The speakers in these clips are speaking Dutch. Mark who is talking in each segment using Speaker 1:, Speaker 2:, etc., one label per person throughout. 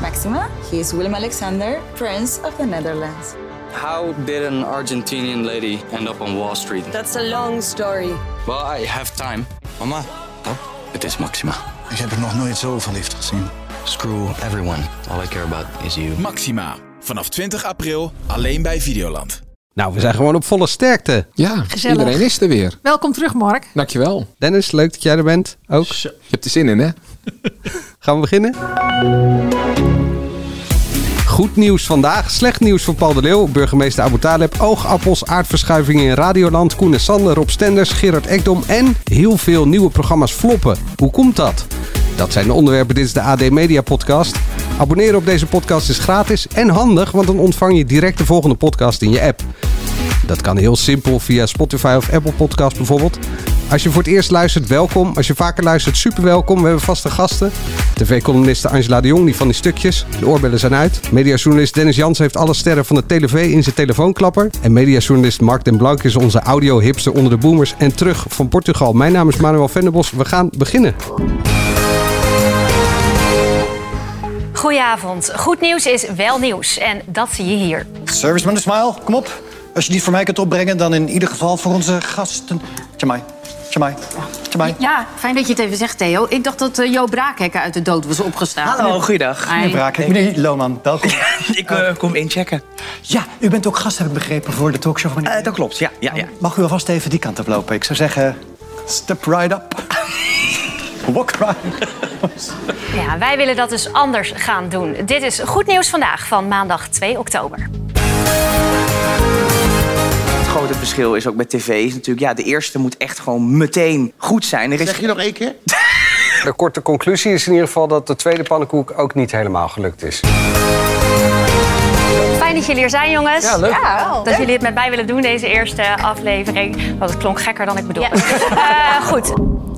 Speaker 1: Maxima. He is Willem Alexander, Prince of the Netherlands.
Speaker 2: How did an Argentinian lady end up on Wall Street?
Speaker 3: That's a long story.
Speaker 2: Well, I have time.
Speaker 4: Mama,
Speaker 2: Het is Maxima.
Speaker 5: Ik heb er nog nooit zo verliefd gezien.
Speaker 2: Screw everyone. All I care about is you.
Speaker 6: Oh,
Speaker 7: Maxima. Vanaf 20 april alleen bij Videoland.
Speaker 8: Nou, we zijn gewoon op volle sterkte.
Speaker 9: Ja,
Speaker 10: Gezellig.
Speaker 9: iedereen is er weer.
Speaker 10: Welkom terug, Mark.
Speaker 9: Dankjewel.
Speaker 8: Dennis, leuk dat jij er bent. Ook.
Speaker 9: Je hebt er zin in, hè?
Speaker 8: Gaan we beginnen? Goed nieuws vandaag. Slecht nieuws voor Paul de Leeuw. Burgemeester Abu Taleb. Oogappels, aardverschuivingen in Radioland. Koen en Sander, Rob Stenders, Gerard Ekdom. En heel veel nieuwe programma's floppen. Hoe komt dat? Dat zijn de onderwerpen. Dit is de AD Media Podcast. Abonneren op deze podcast is gratis en handig, want dan ontvang je direct de volgende podcast in je app. Dat kan heel simpel via Spotify of Apple Podcast bijvoorbeeld. Als je voor het eerst luistert, welkom. Als je vaker luistert, super welkom. We hebben vaste gasten. TV-columniste Angela de Jong, die van die stukjes. De oorbellen zijn uit. Mediajournalist Dennis Jans heeft alle sterren van de TV in zijn telefoonklapper. En mediajournalist Mark den Blank is onze audio-hipster onder de boomers. En terug van Portugal. Mijn naam is Manuel Venderbos. We gaan beginnen.
Speaker 11: Goedenavond. Goed nieuws is wel nieuws. En dat zie je hier.
Speaker 5: Service met een smile, kom op. Als je die voor mij kunt opbrengen, dan in ieder geval voor onze gasten. Tjamai, tjamai, tjamai.
Speaker 12: Ja, fijn dat je het even zegt, Theo. Ik dacht dat eh Jo Braakhekker uit de dood was opgestaan.
Speaker 6: Hallo, goeiedag.
Speaker 12: Hi.
Speaker 5: Meneer Braak, meneer Loman, welkom.
Speaker 6: Oh, Ik eh, kom inchecken.
Speaker 5: Ja, u bent ook gast, heb ik begrepen, voor de talkshow van meneer.
Speaker 6: Eh, dat klopt, ja. ja, ja.
Speaker 5: Mag u alvast even die kant op lopen? Ik zou zeggen, step right up. Walk right.
Speaker 11: Ja, wij willen dat dus anders gaan doen. Dit is Goed Nieuws Vandaag van maandag 2 oktober.
Speaker 6: Het grote verschil is ook met tv is natuurlijk... ja, de eerste moet echt gewoon meteen goed zijn. Er is...
Speaker 13: Zeg je nog één keer?
Speaker 8: De korte conclusie is in ieder geval dat de tweede pannenkoek ook niet helemaal gelukt is.
Speaker 11: Fijn dat jullie er zijn, jongens.
Speaker 8: Ja, leuk.
Speaker 11: dat jullie het met mij willen doen, deze eerste aflevering. Want het klonk gekker dan ik bedoel. Eh, goed.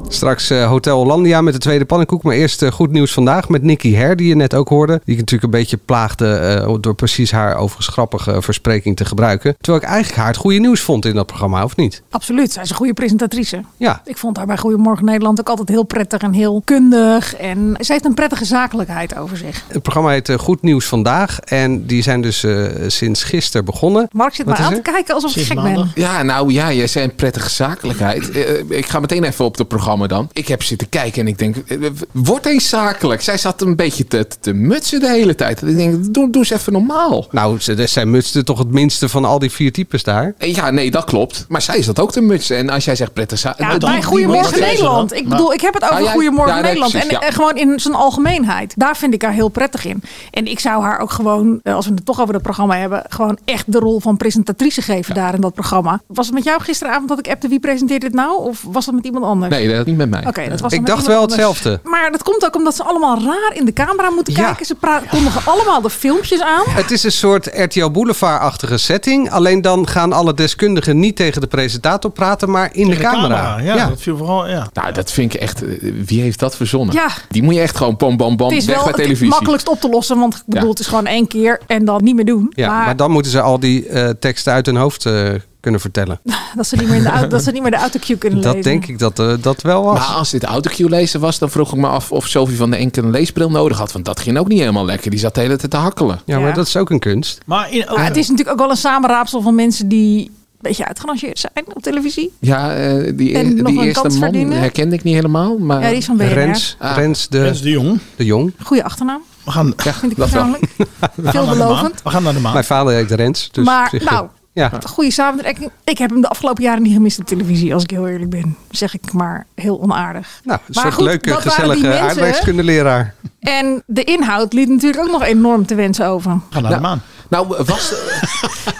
Speaker 8: Straks eh, Hotel Hollandia met de tweede pannenkoek. Maar eerst eh, goed nieuws vandaag met Nikki Her, die je net ook hoorde. Die ik natuurlijk een beetje plaagde eh, door precies haar overigens grappige eh, verspreking te gebruiken. Terwijl ik eigenlijk haar het goede nieuws vond in dat programma, of niet?
Speaker 10: Absoluut, zij is een goede presentatrice.
Speaker 8: Ja.
Speaker 10: Ik vond haar bij Goedemorgen Nederland ook altijd heel prettig en heel kundig. En ze heeft een prettige zakelijkheid over zich.
Speaker 8: Het programma heet eh, Goed Nieuws Vandaag. En die zijn dus eh, sinds gisteren begonnen.
Speaker 10: Mark zit
Speaker 8: Wat
Speaker 10: maar
Speaker 8: is
Speaker 10: aan
Speaker 8: er?
Speaker 10: te kijken alsof ik gek ben.
Speaker 9: Ja, nou ja, jij zei een prettige zakelijkheid. Eh, ik ga meteen even op het programma dan. Ik heb zitten kijken en ik denk, eh, word eens zakelijk. Zij zat een beetje te, te mutsen de hele tijd. Ik denk, doe, doe eens even normaal.
Speaker 8: Nou, ze- zij mutste toch het minste van al die vier types daar.
Speaker 9: Eh, Ja, nee, dat klopt. Maar zij zat ook te mutsen. En als jij zegt prettig zakelijk...
Speaker 10: Ja, bij Goedemorgen Nederland. Ik bedoel, ik heb het over
Speaker 9: Ah, ja,
Speaker 10: Goedemorgen
Speaker 9: ja, nee,
Speaker 10: Nederland.
Speaker 9: precies,
Speaker 10: en
Speaker 9: ja.
Speaker 10: eh, gewoon in zijn algemeenheid. Daar vind ik haar heel prettig in. En ik zou haar ook gewoon, eh, als we het toch over dat programma hebben, gewoon echt de rol van presentatrice geven daar in dat programma. Was het met jou gisteravond dat ik appte wie presenteert dit nou? Of was het met iemand anders?
Speaker 9: Nee, dat niet met mij.
Speaker 10: Oké, dat was dan
Speaker 8: Ik
Speaker 10: met
Speaker 8: dacht
Speaker 10: iemand
Speaker 8: wel
Speaker 10: anders.
Speaker 8: hetzelfde.
Speaker 10: Maar dat komt ook omdat ze allemaal raar in de camera moeten
Speaker 8: Ja.
Speaker 10: kijken. Ze pra- kondigen allemaal de filmpjes aan.
Speaker 8: Het is een soort RTL Boulevard-achtige setting. Alleen dan gaan alle deskundigen niet tegen de presentator praten, maar in de, camera.
Speaker 13: Ja, dat viel vooral, ja.
Speaker 9: Nou, dat vind ik echt... eh, Wie heeft dat verzonnen?
Speaker 10: Ja.
Speaker 9: Die moet je echt gewoon bam, bam, bam,
Speaker 10: het is
Speaker 9: weg
Speaker 10: wel
Speaker 9: bij
Speaker 10: het
Speaker 9: televisie.
Speaker 10: makkelijkst op te lossen, want ik bedoel,
Speaker 9: Ja.
Speaker 10: het is gewoon één keer en dan niet meer doen.
Speaker 8: Ja, maar, dan moeten ze al die eh, teksten uit hun hoofd eh, kunnen vertellen.
Speaker 10: dat, ze niet meer in de, au- dat ze niet meer de autocue kunnen lezen.
Speaker 8: Dat denk ik dat eh, dat wel was.
Speaker 9: Maar als dit autocue lezen was, dan vroeg ik me af of Sophie van de Enke een leesbril nodig had. Want dat ging ook niet helemaal lekker. Die zat de hele tijd te hakkelen.
Speaker 8: ja, maar
Speaker 10: Ja.
Speaker 8: dat is ook een kunst.
Speaker 13: Maar in,
Speaker 10: Maar het is natuurlijk ook wel een samenraapsel van mensen die een beetje uitgerangeerd zijn op televisie.
Speaker 9: Ja, eh, die,
Speaker 10: En nog
Speaker 9: die
Speaker 10: een
Speaker 9: eerste
Speaker 10: kans
Speaker 9: man
Speaker 10: verdienen?
Speaker 9: herkende ik niet helemaal. Maar
Speaker 10: ja, die is van BNR.
Speaker 8: Rens,
Speaker 9: Ah.
Speaker 8: Rens de,
Speaker 13: Rens Eh, de Jong.
Speaker 8: de Jong.
Speaker 10: Goede achternaam,
Speaker 13: We gaan,
Speaker 9: Ja,
Speaker 10: vind ik
Speaker 9: dat wel.
Speaker 10: persoonlijk.
Speaker 13: we gaan naar de maan.
Speaker 10: Veelbelovend.
Speaker 13: We gaan naar de maan.
Speaker 8: Mijn vader heet Rens. Dus op
Speaker 10: maar
Speaker 8: zich, eh,
Speaker 10: nou,
Speaker 8: ja.
Speaker 10: goede samenwerking. Ik heb hem de afgelopen jaren niet gemist op televisie, als ik heel eerlijk ben. Zeg ik maar heel onaardig.
Speaker 8: Nou, een
Speaker 10: Maar
Speaker 8: soort
Speaker 10: goed,
Speaker 8: leuke,
Speaker 10: dat waren die
Speaker 8: gezellige
Speaker 10: mensen, hè?
Speaker 8: aardrijkskundeleraar.
Speaker 10: En de inhoud liet natuurlijk ook nog enorm te wensen over.
Speaker 13: We gaan naar de maan.
Speaker 9: Nou, was,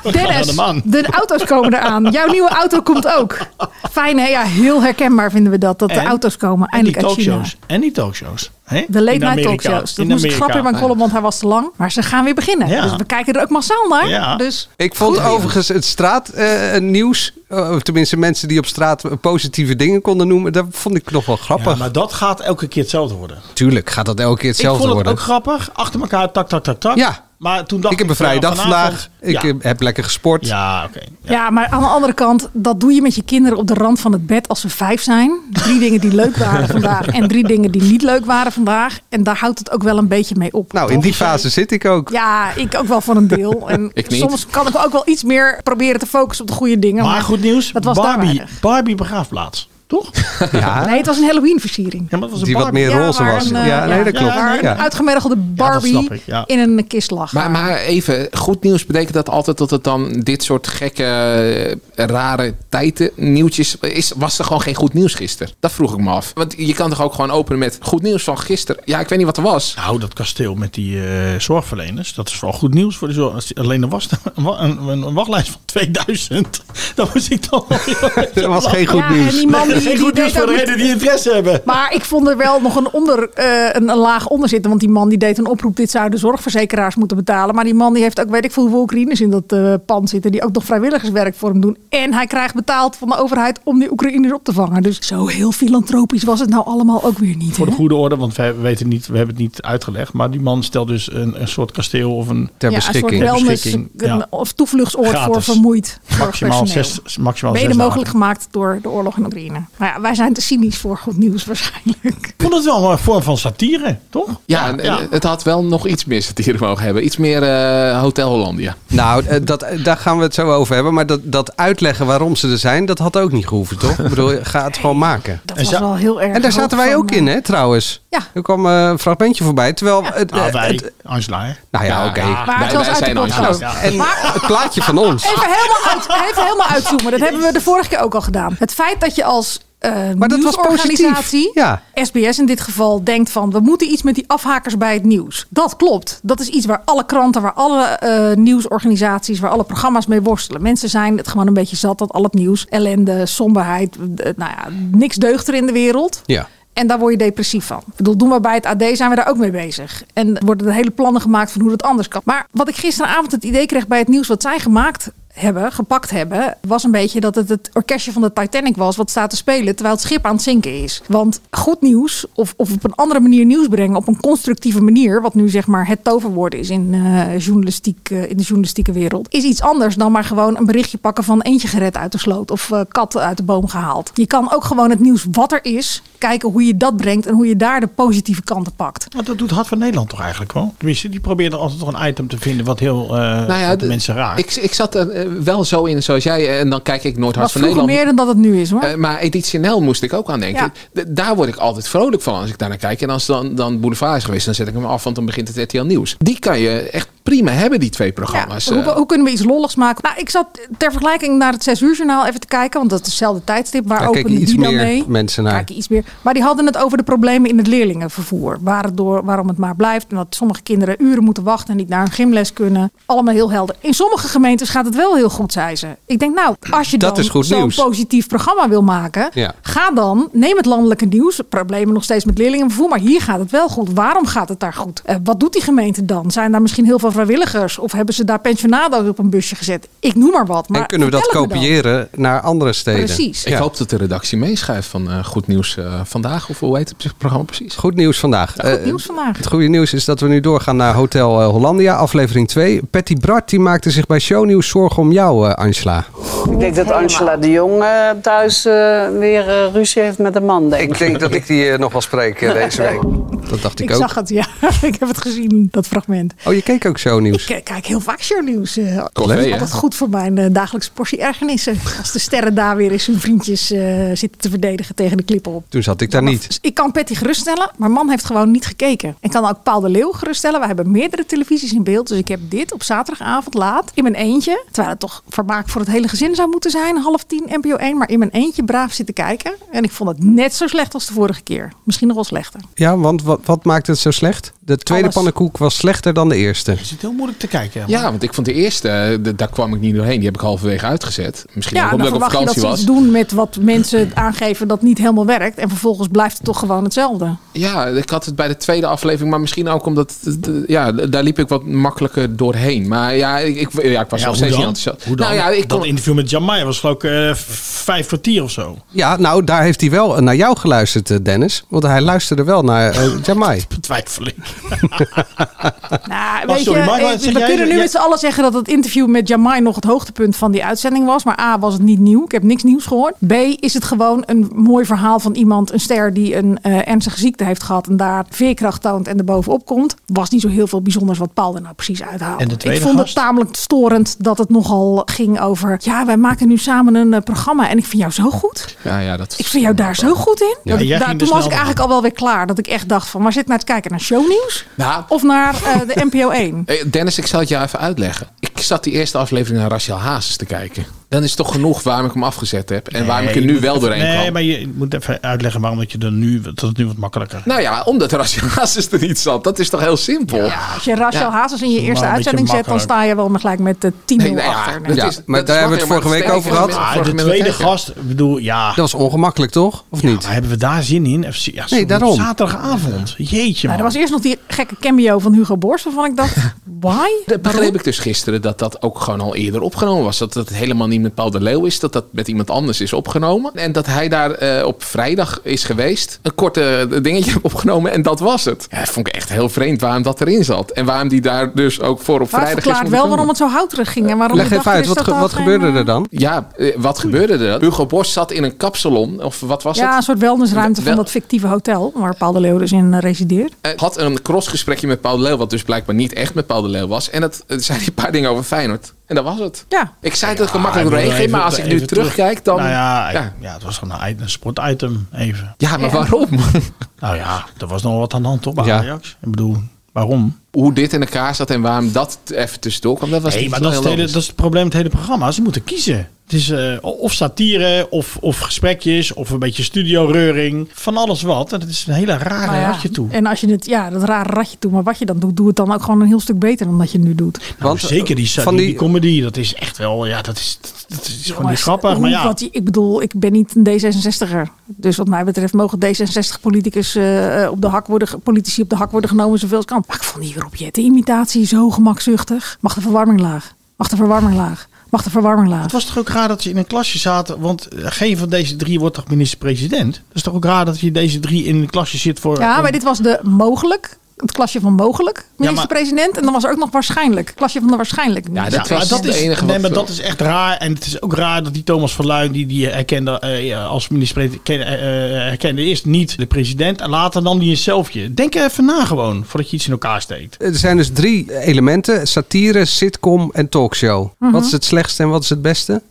Speaker 10: Dennis,
Speaker 13: naar de maan.
Speaker 10: de auto's komen eraan. Jouw nieuwe auto komt ook. Fijn hè? Ja, heel herkenbaar vinden we dat. Dat de
Speaker 13: En-
Speaker 10: auto's komen,
Speaker 13: En die
Speaker 10: eindelijk uit China.
Speaker 13: talkshows. En die talkshows. hè?
Speaker 10: De
Speaker 13: In
Speaker 10: late night
Speaker 13: Amerika.
Speaker 10: talkshows. Dat
Speaker 13: In
Speaker 10: moest ik
Speaker 13: Amerika.
Speaker 10: grappen in mijn column, want hij was te lang. Maar ze gaan weer beginnen.
Speaker 13: Ja.
Speaker 10: Dus we kijken er ook massaal naar.
Speaker 13: Ja.
Speaker 10: Dus
Speaker 8: Ik vond overigens het eh, straatnieuws, tenminste mensen die op straat eh, positieve dingen konden noemen, dat vond ik nog wel
Speaker 13: Ja,
Speaker 8: grappig.
Speaker 13: maar dat gaat elke keer hetzelfde worden.
Speaker 8: Tuurlijk gaat dat elke keer
Speaker 13: ik vond
Speaker 8: hetzelfde
Speaker 13: het
Speaker 8: worden.
Speaker 13: ook grappig. Achter elkaar, tak, tak, tak, tak.
Speaker 8: Ja.
Speaker 13: Maar toen dacht
Speaker 8: Ik heb een
Speaker 13: van,
Speaker 8: vrije dag
Speaker 13: vanavond-
Speaker 8: vandaag. Ik
Speaker 13: ja,
Speaker 8: eh, heb lekker gesport.
Speaker 13: ja oké.
Speaker 10: ja. maar aan de andere kant, dat doe je met je kinderen op de rand van het bed als ze vijf zijn. Drie dingen die leuk waren vandaag en drie dingen die niet leuk waren vandaag. En daar houdt het ook wel een beetje mee op.
Speaker 8: Nou, in die fase zit ik ook.
Speaker 10: Ja, ik ook wel voor een deel. En
Speaker 8: Ik niet.
Speaker 10: soms kan ik ook wel iets meer proberen te focussen op de goede dingen.
Speaker 13: Maar, goed nieuws,
Speaker 10: Dat was daar
Speaker 13: Barbie,
Speaker 10: weinig.
Speaker 13: Barbie begraafplaats. Toch?
Speaker 8: Ja.
Speaker 10: Nee, het was een Halloween-versiering.
Speaker 13: Ja, maar het was een
Speaker 8: Die wat
Speaker 13: Barbie.
Speaker 8: meer roze
Speaker 10: waar
Speaker 8: was.
Speaker 10: een, eh,
Speaker 8: Ja, nee, dat klopt.
Speaker 10: waar
Speaker 8: Ja.
Speaker 10: Een uitgemergelde Barbie
Speaker 13: snap ik, ja.
Speaker 10: in een kist lag.
Speaker 9: Maar, maar even, goed nieuws betekent dat altijd dat het dan dit soort gekke, eh, rare tijden nieuwtjes is. Was er gewoon geen goed nieuws gisteren? Dat vroeg ik me af. Want je kan toch ook gewoon openen met goed nieuws van gisteren? Ja, ik weet niet wat er was.
Speaker 13: Nou, dat kasteel met die eh, zorgverleners, dat is vooral goed nieuws voor de zorg. Als- Alleen er was een, wa- een, een wachtlijst van 2000. Dan moest ik dan.
Speaker 8: Dat was geen goed
Speaker 10: Ja, en
Speaker 8: nieuws.
Speaker 10: die man die,
Speaker 13: Geen
Speaker 10: die
Speaker 13: goed
Speaker 10: deed
Speaker 13: nieuws voor
Speaker 10: ook niet-
Speaker 13: degenen die interesse hebben.
Speaker 10: Maar ik vond er wel nog een, onder, eh, een, een laag onder zitten. Want die man die deed een oproep. Dit zouden zorgverzekeraars moeten betalen. Maar die man die heeft ook weet ik veel hoeveel Oekraïners in dat eh, pand zitten. Die ook nog vrijwilligerswerk voor hem doen. En hij krijgt betaald van de overheid om die Oekraïners op te vangen. Dus zo heel filantropisch was het nou allemaal ook weer niet.
Speaker 13: Voor de
Speaker 10: hè?
Speaker 13: goede orde, want we weten niet, we hebben het niet uitgelegd. Maar die man stelt dus een, een soort kasteel of een
Speaker 8: Ter
Speaker 10: ja,
Speaker 8: beschikking.
Speaker 10: Een soort wellness,
Speaker 13: beschikking,
Speaker 10: een-
Speaker 13: ja.
Speaker 10: of toevluchtsoord voor
Speaker 13: Gratis.
Speaker 10: vermoeid.
Speaker 13: maximaal
Speaker 10: zorgpersoneel.
Speaker 13: zes, maximaal zes
Speaker 10: Mede
Speaker 13: dagen.
Speaker 10: mogelijk gemaakt door de oorlog in Oekraïne. Maar ja, wij zijn te cynisch voor goed nieuws waarschijnlijk.
Speaker 13: Ik vond het wel een vorm van satire, toch?
Speaker 9: Ja, en- en het had wel nog iets meer satire mogen hebben. Iets meer eh, Hotel Hollandia.
Speaker 8: Nou, eh, dat, eh, daar gaan we het zo over hebben. Maar dat, dat uitleggen waarom ze er zijn, dat had ook niet gehoeven, toch? Ik bedoel, ga het gewoon maken.
Speaker 10: Dat
Speaker 13: En
Speaker 10: was
Speaker 13: za-
Speaker 10: wel heel erg.
Speaker 8: En daar zaten wij
Speaker 10: hoop
Speaker 8: ook
Speaker 10: van, eh,
Speaker 8: in, hè, trouwens.
Speaker 10: Ja.
Speaker 8: Er kwam eh, een fragmentje voorbij. Terwijl. Het,
Speaker 13: Nou,
Speaker 8: eh,
Speaker 13: wij,
Speaker 8: het-
Speaker 13: Angela. hè?
Speaker 8: nou ja, oké.
Speaker 10: Maar
Speaker 9: Wij-
Speaker 10: het was
Speaker 9: wij
Speaker 10: uit de
Speaker 9: zijn
Speaker 10: controle.
Speaker 9: Angela's.
Speaker 8: En het plaatje van ons.
Speaker 10: Even helemaal, uit, even helemaal uitzoomen. Dat hebben we de vorige keer ook al gedaan. Het feit dat je als eh
Speaker 8: Maar dat was
Speaker 10: nieuwsorganisatie,
Speaker 8: positief. Ja.
Speaker 10: SBS in dit geval, denkt van... we moeten iets met die afhakers bij het nieuws. Dat klopt. Dat is iets waar alle kranten, waar alle eh, nieuwsorganisaties... waar alle programma's mee worstelen. Mensen zijn het gewoon een beetje zat dat al het nieuws... ellende, somberheid, eh, nou ja, niks deugt er in de wereld.
Speaker 8: Ja.
Speaker 10: En daar word je depressief van. Ik bedoel, doen we bij het AD zijn we daar ook mee bezig. En er worden er hele plannen gemaakt van hoe dat anders kan. Maar wat ik gisteravond het idee kreeg bij het nieuws wat zij gemaakt hebben, gepakt hebben, was een beetje dat het het orkestje van de Titanic was wat staat te spelen terwijl het schip aan het zinken is. Want goed nieuws of, of op een andere manier nieuws brengen op een constructieve manier, wat nu zeg maar het toverwoord is in, eh, journalistiek, eh, in de journalistieke wereld, is iets anders dan maar gewoon een berichtje pakken van eentje gered uit de sloot of eh, kat uit de boom gehaald. Je kan ook gewoon het nieuws wat er is, kijken hoe je dat brengt en hoe je daar de positieve kanten pakt.
Speaker 13: Maar dat doet Hart van Nederland toch eigenlijk wel? Tenminste, die probeert er altijd toch een item te vinden wat heel eh,
Speaker 9: Nou ja,
Speaker 13: wat de
Speaker 9: d-
Speaker 13: mensen raakt.
Speaker 9: Ik, ik zat er eh, wel zo in zoals jij. eh, En dan kijk ik nooit hard
Speaker 10: Was
Speaker 9: van
Speaker 10: vroeger
Speaker 9: Nederland.
Speaker 10: meer dan dat het nu is hoor.
Speaker 9: Eh, maar Editie NL moest ik ook aan denken. D- Daar word ik altijd vrolijk van als ik daar naar kijk. En als dan, dan Boulevard is geweest, dan zet ik hem af, want dan begint het RTL Nieuws. Die kan je echt prima hebben, die twee programma's.
Speaker 10: Ja, hoe,
Speaker 9: Eh,
Speaker 10: hoe kunnen we iets lolligs maken? Nou, ik zat ter vergelijking naar het 6 uur journaal even te kijken. Want dat is hetzelfde tijdstip. Waar
Speaker 8: Daar
Speaker 10: openen
Speaker 8: kijken
Speaker 10: die
Speaker 8: iets
Speaker 10: dan
Speaker 8: meer
Speaker 10: mee?
Speaker 8: mensen naar.
Speaker 10: Kijken iets meer. Maar die hadden het over de problemen in het leerlingenvervoer. Waardoor, waarom het maar blijft. En dat sommige kinderen uren moeten wachten en niet naar een gymles kunnen. Allemaal heel helder. In sommige gemeentes gaat het wel heel goed, zei ze. Ik denk nou, als je
Speaker 8: Dat
Speaker 10: dan
Speaker 8: is goed
Speaker 10: zo'n
Speaker 8: nieuws.
Speaker 10: positief programma wil maken.
Speaker 8: Ja.
Speaker 10: Ga dan, neem het landelijke nieuws. Problemen nog steeds met leerlingenvervoer. Maar hier gaat het wel goed. Waarom gaat het daar goed? Eh, wat doet die gemeente dan? Zijn daar misschien heel veel vrijwilligers? Of hebben ze daar pensionado's op een busje gezet? Ik noem maar wat. Maar
Speaker 8: en kunnen we dat
Speaker 10: vertel het me dan.
Speaker 8: kopiëren naar andere steden?
Speaker 10: Precies.
Speaker 9: Ik
Speaker 8: Ja.
Speaker 9: hoop dat de redactie meeschuift van eh, Goed Nieuws eh, Vandaag. Of hoe heet het programma precies?
Speaker 8: Goed nieuws vandaag.
Speaker 10: Goed
Speaker 8: Eh,
Speaker 10: nieuws vandaag.
Speaker 8: Het goede nieuws is dat we nu doorgaan naar Hotel eh, Hollandia, aflevering 2. Patty Bart die maakte zich bij Shownieuws zorgen om jou, eh, Angela.
Speaker 3: Ik denk dat Angela de Jong eh, thuis eh, weer eh, ruzie heeft met een man, denk ik.
Speaker 8: denk dat ik die eh, nog wel spreek deze week. Dat dacht ik,
Speaker 10: Ik
Speaker 8: ook.
Speaker 10: zag het, ja. ik heb het gezien, dat fragment.
Speaker 8: Oh, je keek ook Shownieuws.
Speaker 10: Ik eh, kijk heel vaak shownieuws. eh.
Speaker 9: Corvée, hè?
Speaker 10: altijd goed voor mijn eh, dagelijkse portie ergernissen. Als de sterren daar weer eens hun vriendjes eh, zitten te verdedigen tegen de klippen op.
Speaker 8: Toen zat ik daar niet.
Speaker 10: Dus ik kan Patty geruststellen, maar man heeft gewoon niet gekeken. Ik kan ook Paul de Leeuw geruststellen. We hebben meerdere televisies in beeld. Dus ik heb dit op zaterdagavond laat in mijn eentje. Terwijl het toch vermaak voor het hele gezin zou moeten zijn. Half tien NPO 1. Maar in mijn eentje braaf zitten kijken. En ik vond het net zo slecht als de vorige keer. Misschien nog wel slechter.
Speaker 8: Ja, want wat, wat maakt het zo slecht? De tweede
Speaker 10: Alles.
Speaker 8: pannenkoek was slechter dan de eerste.
Speaker 13: Is het heel moeilijk te kijken? hè?
Speaker 9: Ja, want ik vond de eerste, eh, d- daar kwam ik niet doorheen. Die heb ik halverwege uitgezet. Misschien
Speaker 10: Ja,
Speaker 9: ook
Speaker 10: en dan
Speaker 9: omdat ik op
Speaker 10: verwacht je dat
Speaker 9: vakantie
Speaker 10: ze
Speaker 9: was.
Speaker 10: iets doen met wat mensen aangeven dat niet helemaal werkt. En vervolgens blijft het toch gewoon hetzelfde.
Speaker 9: Ja, ik had het bij de tweede aflevering, maar misschien ook omdat het- het- ja, daar liep ik wat makkelijker doorheen. Maar ja, ik, ik, ja, ik was
Speaker 13: Ja,
Speaker 9: nog
Speaker 13: hoe
Speaker 9: steeds niet
Speaker 13: dan?
Speaker 9: enthousiast.
Speaker 13: Hoe dan?
Speaker 9: Nou ja, ik
Speaker 13: Dat
Speaker 9: kon,
Speaker 13: interview met Jamai was geloof ik eh, v- vijf kwartier of zo.
Speaker 8: Ja, nou, daar heeft hij wel naar jou geluisterd, eh, Dennis. Want hij luisterde wel naar eh, Jamai.
Speaker 13: Betwijfel ik.
Speaker 10: Nou,
Speaker 13: Was
Speaker 10: weet
Speaker 13: Oh, sorry, Mark, wat
Speaker 10: eh,
Speaker 13: zeg
Speaker 10: we
Speaker 13: jij?
Speaker 10: kunnen nu
Speaker 13: Jij-
Speaker 10: met z'n allen zeggen dat het interview met Jamai nog het hoogtepunt van die uitzending was. Maar A, was het niet nieuw. Ik heb niks nieuws gehoord. B, is het gewoon een mooi verhaal van iemand, een ster die een eh, ernstige ziekte heeft gehad. En daar veerkracht toont en er bovenop komt. Was niet zo heel veel bijzonders wat Paul er nou precies uithaalde.
Speaker 13: En de tweede
Speaker 10: Ik vond
Speaker 13: gast?
Speaker 10: het tamelijk storend dat het nogal ging over. Ja, wij maken nu samen een eh, programma en ik vind jou zo goed.
Speaker 9: Ja, ja, dat
Speaker 10: Ik vind jou daar zo goed in.
Speaker 9: Ja,
Speaker 10: Dat ik
Speaker 9: jij
Speaker 13: dus
Speaker 10: daar-
Speaker 9: ging
Speaker 10: toen
Speaker 9: er
Speaker 10: was ik
Speaker 9: snel
Speaker 10: eigenlijk al wel weer klaar. Dat ik echt dacht van, waar zit naar het kijken? Naar shownieuws?
Speaker 9: Nou.
Speaker 10: Of naar eh, de NPO 1?
Speaker 9: Hey, Dennis, ik zal het jou even uitleggen. Ik zat die eerste aflevering naar Rachel Hazes te kijken. Dan is het toch genoeg waarom ik hem afgezet heb. En waarom ik er
Speaker 13: Nee,
Speaker 9: nu
Speaker 13: je
Speaker 9: wel
Speaker 13: moet-
Speaker 9: doorheen
Speaker 13: Nee,
Speaker 9: kwam.
Speaker 13: maar je moet even uitleggen waarom dat je er nu, dat het nu wat makkelijker
Speaker 9: Nou ja, omdat Rachel Hazes er niet zat. Dat is toch heel simpel? Ja,
Speaker 10: Als je Rachel Hazes in je
Speaker 9: Maar
Speaker 10: eerste
Speaker 9: een
Speaker 10: uitzending
Speaker 9: beetje
Speaker 10: zet, dan
Speaker 9: makkelijk.
Speaker 10: sta je wel maar gelijk met de 10
Speaker 9: Nee, nou ja,
Speaker 10: achter.
Speaker 9: dat
Speaker 8: Ja,
Speaker 9: is-
Speaker 8: maar
Speaker 9: dat
Speaker 8: daar
Speaker 9: is
Speaker 8: hebben we het
Speaker 9: makkelijk,
Speaker 8: vorige week
Speaker 9: maar
Speaker 8: over
Speaker 9: het
Speaker 8: gehad.
Speaker 9: sterke
Speaker 13: Ah,
Speaker 9: Vorige
Speaker 13: de
Speaker 9: keer
Speaker 13: tweede
Speaker 9: met de
Speaker 13: gast, ik bedoel, ja.
Speaker 8: Dat was ongemakkelijk, toch? Of niet?
Speaker 13: Maar hebben we daar zin in? Even- Ja,
Speaker 8: Nee,
Speaker 13: op
Speaker 8: daarom.
Speaker 13: Zaterdagavond. Jeetje, man.
Speaker 10: Nou, er was eerst nog die gekke cameo van Hugo Borst, waarvan ik dacht, why?
Speaker 9: Dat begreep ik dus gisteren dat dat ook gewoon al eerder opgenomen was. Dat het helemaal niet met Paul de Leeuw is. Dat dat met iemand anders is opgenomen. En dat hij daar eh, op vrijdag is geweest. Een korte eh, dingetje heeft opgenomen en dat was het. Ja, dat vond ik echt heel vreemd waarom dat erin zat. En waarom die daar dus ook voor op
Speaker 10: Maar het
Speaker 9: vrijdag is
Speaker 10: verklaart wel
Speaker 9: moeten
Speaker 10: waarom
Speaker 9: komen.
Speaker 10: het zo houterig ging. En waarom
Speaker 8: Leg
Speaker 10: je
Speaker 8: even
Speaker 10: dacht,
Speaker 8: uit,
Speaker 10: is
Speaker 8: wat,
Speaker 10: dat
Speaker 8: ge-
Speaker 10: dan
Speaker 8: wat
Speaker 10: geen,
Speaker 8: gebeurde
Speaker 10: eh,
Speaker 8: er dan?
Speaker 9: Ja, eh, wat gebeurde er? dan? Hugo Borst zat in een kapsalon, of wat was
Speaker 10: ja,
Speaker 9: het?
Speaker 10: een soort welnisruimte
Speaker 9: Wel-
Speaker 10: van dat fictieve hotel, waar Paul de Leeuw dus in eh, resideert.
Speaker 9: Eh, had een crossgesprekje met Paul de Leeuw, wat dus blijkbaar niet echt met Paul de Leeuw was. En dat eh, zei hij een paar dingen over Feyenoord. En dat was het.
Speaker 10: Ja.
Speaker 9: Ik zei dat ik er
Speaker 13: Ah,
Speaker 9: makkelijk
Speaker 13: ik wil
Speaker 9: doorheen ging,
Speaker 13: even-
Speaker 9: maar als ik nu
Speaker 13: even
Speaker 9: terugkijk, dan...
Speaker 13: Nou ja, ik-
Speaker 9: ja.
Speaker 13: ja. het was gewoon een, item- een sportitem even.
Speaker 9: Ja, maar waarom?
Speaker 13: Nou ja, er was nog wat aan de hand toch bij
Speaker 9: Ja.
Speaker 13: Ajax? Ik bedoel, waarom?
Speaker 9: Hoe dit in elkaar zat en waarom dat even tussendoor kwam, dat was
Speaker 13: Nee,
Speaker 9: niet
Speaker 13: maar
Speaker 9: wel
Speaker 13: dat is, het
Speaker 9: heel
Speaker 13: hele- dat is het probleem met het hele programma. Ze moeten kiezen. Het is eh, of satire, of, of gesprekjes, of een beetje studioreuring. Van alles wat. En het is een hele rare
Speaker 10: Nou ja,
Speaker 13: ratje toe.
Speaker 10: En als je het, ja, dat rare ratje toe, maar wat je dan doet, doe het dan ook gewoon een heel stuk beter dan dat je nu doet.
Speaker 13: Nou, zeker die,
Speaker 8: van
Speaker 13: van die,
Speaker 8: die-
Speaker 13: comedy, dat is echt wel, ja, dat is, dat, dat is gewoon niet grappig.
Speaker 10: Hoe-
Speaker 13: Maar ja,
Speaker 10: wat die- ik bedoel, ik ben niet een D66er. Dus wat mij betreft mogen D66-politicus eh, op de hak worden, ge- politici op de hak worden genomen zoveel als kan. Maar ik vond die Rob Jetten-imitatie zo gemakzuchtig. Mag de verwarming laag? Mag de verwarming laag? Mag de verwarming laag?
Speaker 13: het was toch ook raar dat ze in een klasje zaten, want eh, geen van deze drie wordt toch minister-president? Dat is toch ook raar dat je deze drie in een klasje zit voor...
Speaker 10: Ja,
Speaker 13: om-
Speaker 10: maar dit was de mogelijk. Het klasje van mogelijk minister-president. En dan was er ook nog waarschijnlijk. Het klasje van de waarschijnlijk.
Speaker 9: Ja, dat
Speaker 13: Maar
Speaker 9: was
Speaker 13: dat
Speaker 9: de
Speaker 13: is,
Speaker 9: enige
Speaker 13: nee,
Speaker 9: wat-
Speaker 13: maar dat is echt raar. En het is ook raar dat die Thomas van Luijn, die die herkende eh, ja, als minister eh, herkende eerst niet de president en later nam die een selfie. Denk er even na gewoon, voordat je iets in elkaar steekt.
Speaker 8: Er zijn dus drie elementen: satire, sitcom en talkshow.
Speaker 10: Mhm.
Speaker 8: Wat is het slechtste en wat is het beste?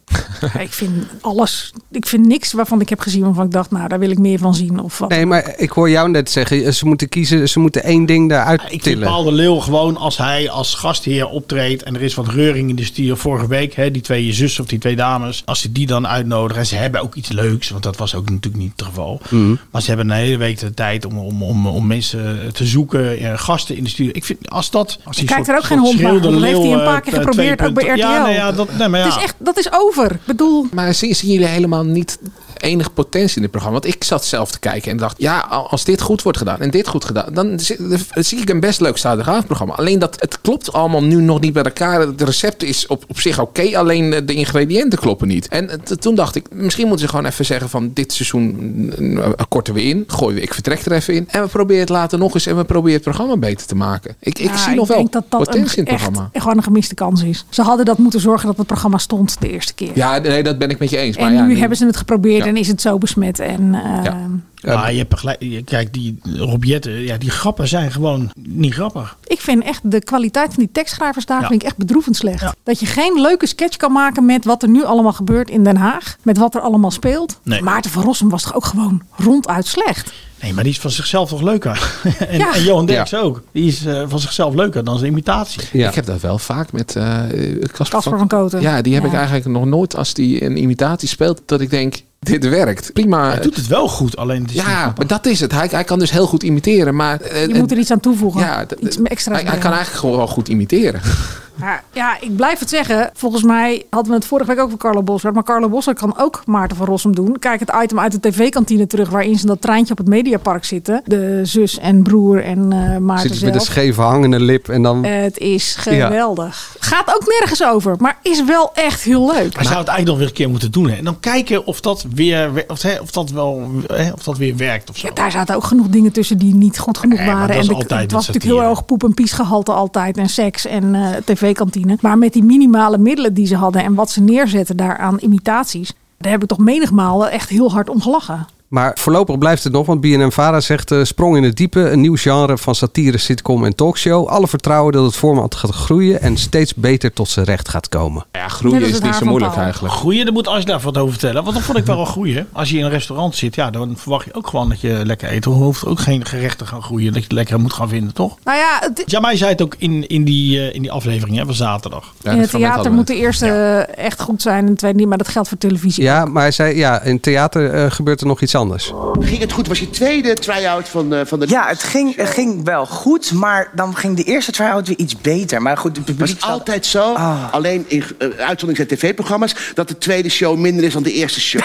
Speaker 10: Ik vind alles. Ik vind niks waarvan ik heb gezien waarvan ik dacht, nou, daar wil ik meer van zien. Of wat.
Speaker 8: Nee, maar ik hoor jou net zeggen: eh, ze moeten kiezen, ze moeten één ding daaruit
Speaker 13: Ah, Ik vind
Speaker 8: tillen.
Speaker 13: Paul de Leeuw gewoon als hij als gastheer optreedt en er is wat reuring in de stier vorige week, hè, die twee zussen of die twee dames, als ze die dan uitnodigen en ze hebben ook iets leuks, want dat was ook natuurlijk niet het geval.
Speaker 8: Mhm.
Speaker 13: Maar ze hebben een hele week de tijd om, om, om, om mensen te zoeken, eh, gasten in de studio. Ik vind, als dat... Als die
Speaker 10: Kijkt
Speaker 13: soort-
Speaker 10: er ook geen
Speaker 13: soort
Speaker 10: hond naar,
Speaker 13: schreeuwde
Speaker 10: want dat heeft hij een
Speaker 13: leeuw,
Speaker 10: paar
Speaker 13: eh,
Speaker 10: keer geprobeerd, ook bij
Speaker 13: 2.0. Ja,
Speaker 10: RTL.
Speaker 13: nee, ja, dat, nee, maar ja.
Speaker 10: Het is echt, dat is over. Ik bedoel,
Speaker 9: Maar zien, zien jullie helemaal niet enig potentie in dit programma? Want ik zat zelf te kijken en dacht, ja, als dit goed wordt gedaan en dit goed gedaan, dan zie, dan zie ik een best leuk zaterdagavondprogramma. Alleen dat het klopt allemaal nu nog niet bij elkaar. Het recept is op, op zich oké, alleen eh, de ingrediënten kloppen niet. En eh, t- toen dacht ik, misschien moeten ze gewoon even zeggen van dit seizoen mm, eh, korten we in, gooien we, ik vertrek er even in. En we proberen het later nog eens en we proberen het programma beter te maken. Ik, ik
Speaker 10: ja,
Speaker 9: zie nog wel
Speaker 10: Nou, denk dat dat
Speaker 9: potentie in
Speaker 10: een,
Speaker 9: het
Speaker 10: echt,
Speaker 9: programma.
Speaker 10: gewoon een gemiste kans is. Ze hadden dat moeten zorgen dat het programma stond de eerste keer.
Speaker 9: Ja, nee, dat ben ik met je eens.
Speaker 10: en
Speaker 9: maar ja,
Speaker 10: nu hebben ze het geprobeerd
Speaker 9: Ja.
Speaker 10: en is het zo besmet. En, eh,
Speaker 13: Maar je hebt gelijk, je- kijk, die Robjetten, ja, die grappen zijn gewoon niet grappig.
Speaker 10: Ik vind echt de kwaliteit van die tekstschrijvers daar
Speaker 13: Ja.
Speaker 10: vind ik echt bedroevend slecht. Dat je geen leuke sketch kan maken met wat er nu allemaal gebeurt in Den Haag. Met wat er allemaal speelt.
Speaker 13: Nee.
Speaker 10: Maarten van Rossum was toch ook gewoon ronduit slecht.
Speaker 13: Nee, maar die is van zichzelf toch leuker. en,
Speaker 10: Ja.
Speaker 13: en Johan Derks ook. Die is eh, van zichzelf leuker dan zijn imitatie.
Speaker 9: Ik heb dat wel vaak met eh, Casper
Speaker 10: Casper van Koten.
Speaker 9: Ja, die heb
Speaker 10: Ja.
Speaker 9: ik eigenlijk nog nooit als die een imitatie speelt dat ik denk dit werkt. Prima.
Speaker 13: Hij doet het wel goed, alleen het is niet
Speaker 9: ja,
Speaker 13: grappig.
Speaker 9: maar dat is het. Hij, hij kan dus heel goed imiteren, maar eh,
Speaker 10: Je
Speaker 9: eh,
Speaker 10: moet er iets aan toevoegen.
Speaker 9: ja, d-
Speaker 10: iets extra.
Speaker 9: hij, hij
Speaker 10: erbij.
Speaker 9: kan eigenlijk gewoon wel goed imiteren.
Speaker 10: Maar ja, ik blijf het zeggen. Volgens mij hadden we het vorige week ook van Carlo Boswert. Maar Carlo Boswert kan ook Maarten van Rossum doen. Kijk het item uit de tv-kantine terug... waarin ze in dat treintje op het Mediapark zitten. De zus en broer en eh Maarten
Speaker 8: Zit je
Speaker 10: zelf.
Speaker 8: met een scheve hangende lip en dan...
Speaker 10: Het is
Speaker 8: Ja.
Speaker 10: geweldig. Gaat ook nergens over, maar is wel echt heel leuk.
Speaker 13: Hij zou het eigenlijk nog weer een keer moeten doen. Hè? En dan kijken of dat weer, wer- of, hè, of dat wel, hè, of dat weer werkt of zo.
Speaker 10: Daar zaten ook genoeg dingen tussen die niet goed genoeg
Speaker 13: Nee, maar
Speaker 10: waren.
Speaker 13: dat is
Speaker 10: en de-
Speaker 13: altijd met
Speaker 10: het was natuurlijk heel erg poep en pies gehalte altijd. En seks en eh, tv-kantine. Maar met die minimale middelen die ze hadden en wat ze neerzetten daar aan imitaties. Daar heb ik toch menigmalen echt heel hard om gelachen.
Speaker 8: Maar voorlopig blijft het nog, want BNM-Vara zegt... eh, sprong in het diepe, een nieuw genre van satire, sitcom en talkshow. Alle vertrouwen dat het format gaat groeien... en steeds beter tot zijn recht gaat komen.
Speaker 9: Ja,
Speaker 13: groeien Net als is het niet haar zo van moeilijk Paul.
Speaker 9: eigenlijk.
Speaker 13: Groeien, daar moet Angela wat over vertellen. Want dat vond ik wel wel groeien. Als je in een restaurant zit, ja, dan verwacht je ook gewoon dat je lekker eet. Er hoeft ook geen gerecht te gaan groeien. Dat je het lekker moet gaan vinden, toch?
Speaker 10: Nou ja, het,
Speaker 13: Jamai zei het ook in, in, die, eh, in die aflevering hè, van zaterdag.
Speaker 10: in het theater moet de eerste eh, echt goed zijn en de tweede niet. Maar dat geldt voor televisie.
Speaker 8: Ja, maar hij zei, ja, in theater eh, gebeurt er nog iets anders.
Speaker 6: Ging het goed? Was je tweede try-out van, van de... Ja, het ging, het ging wel goed, maar dan ging de eerste try-out weer iets beter. Maar goed, het publiek
Speaker 4: Het is altijd zo, alleen in eh, uitzonderingen zijn tv-programma's... dat de tweede show minder is dan de eerste show.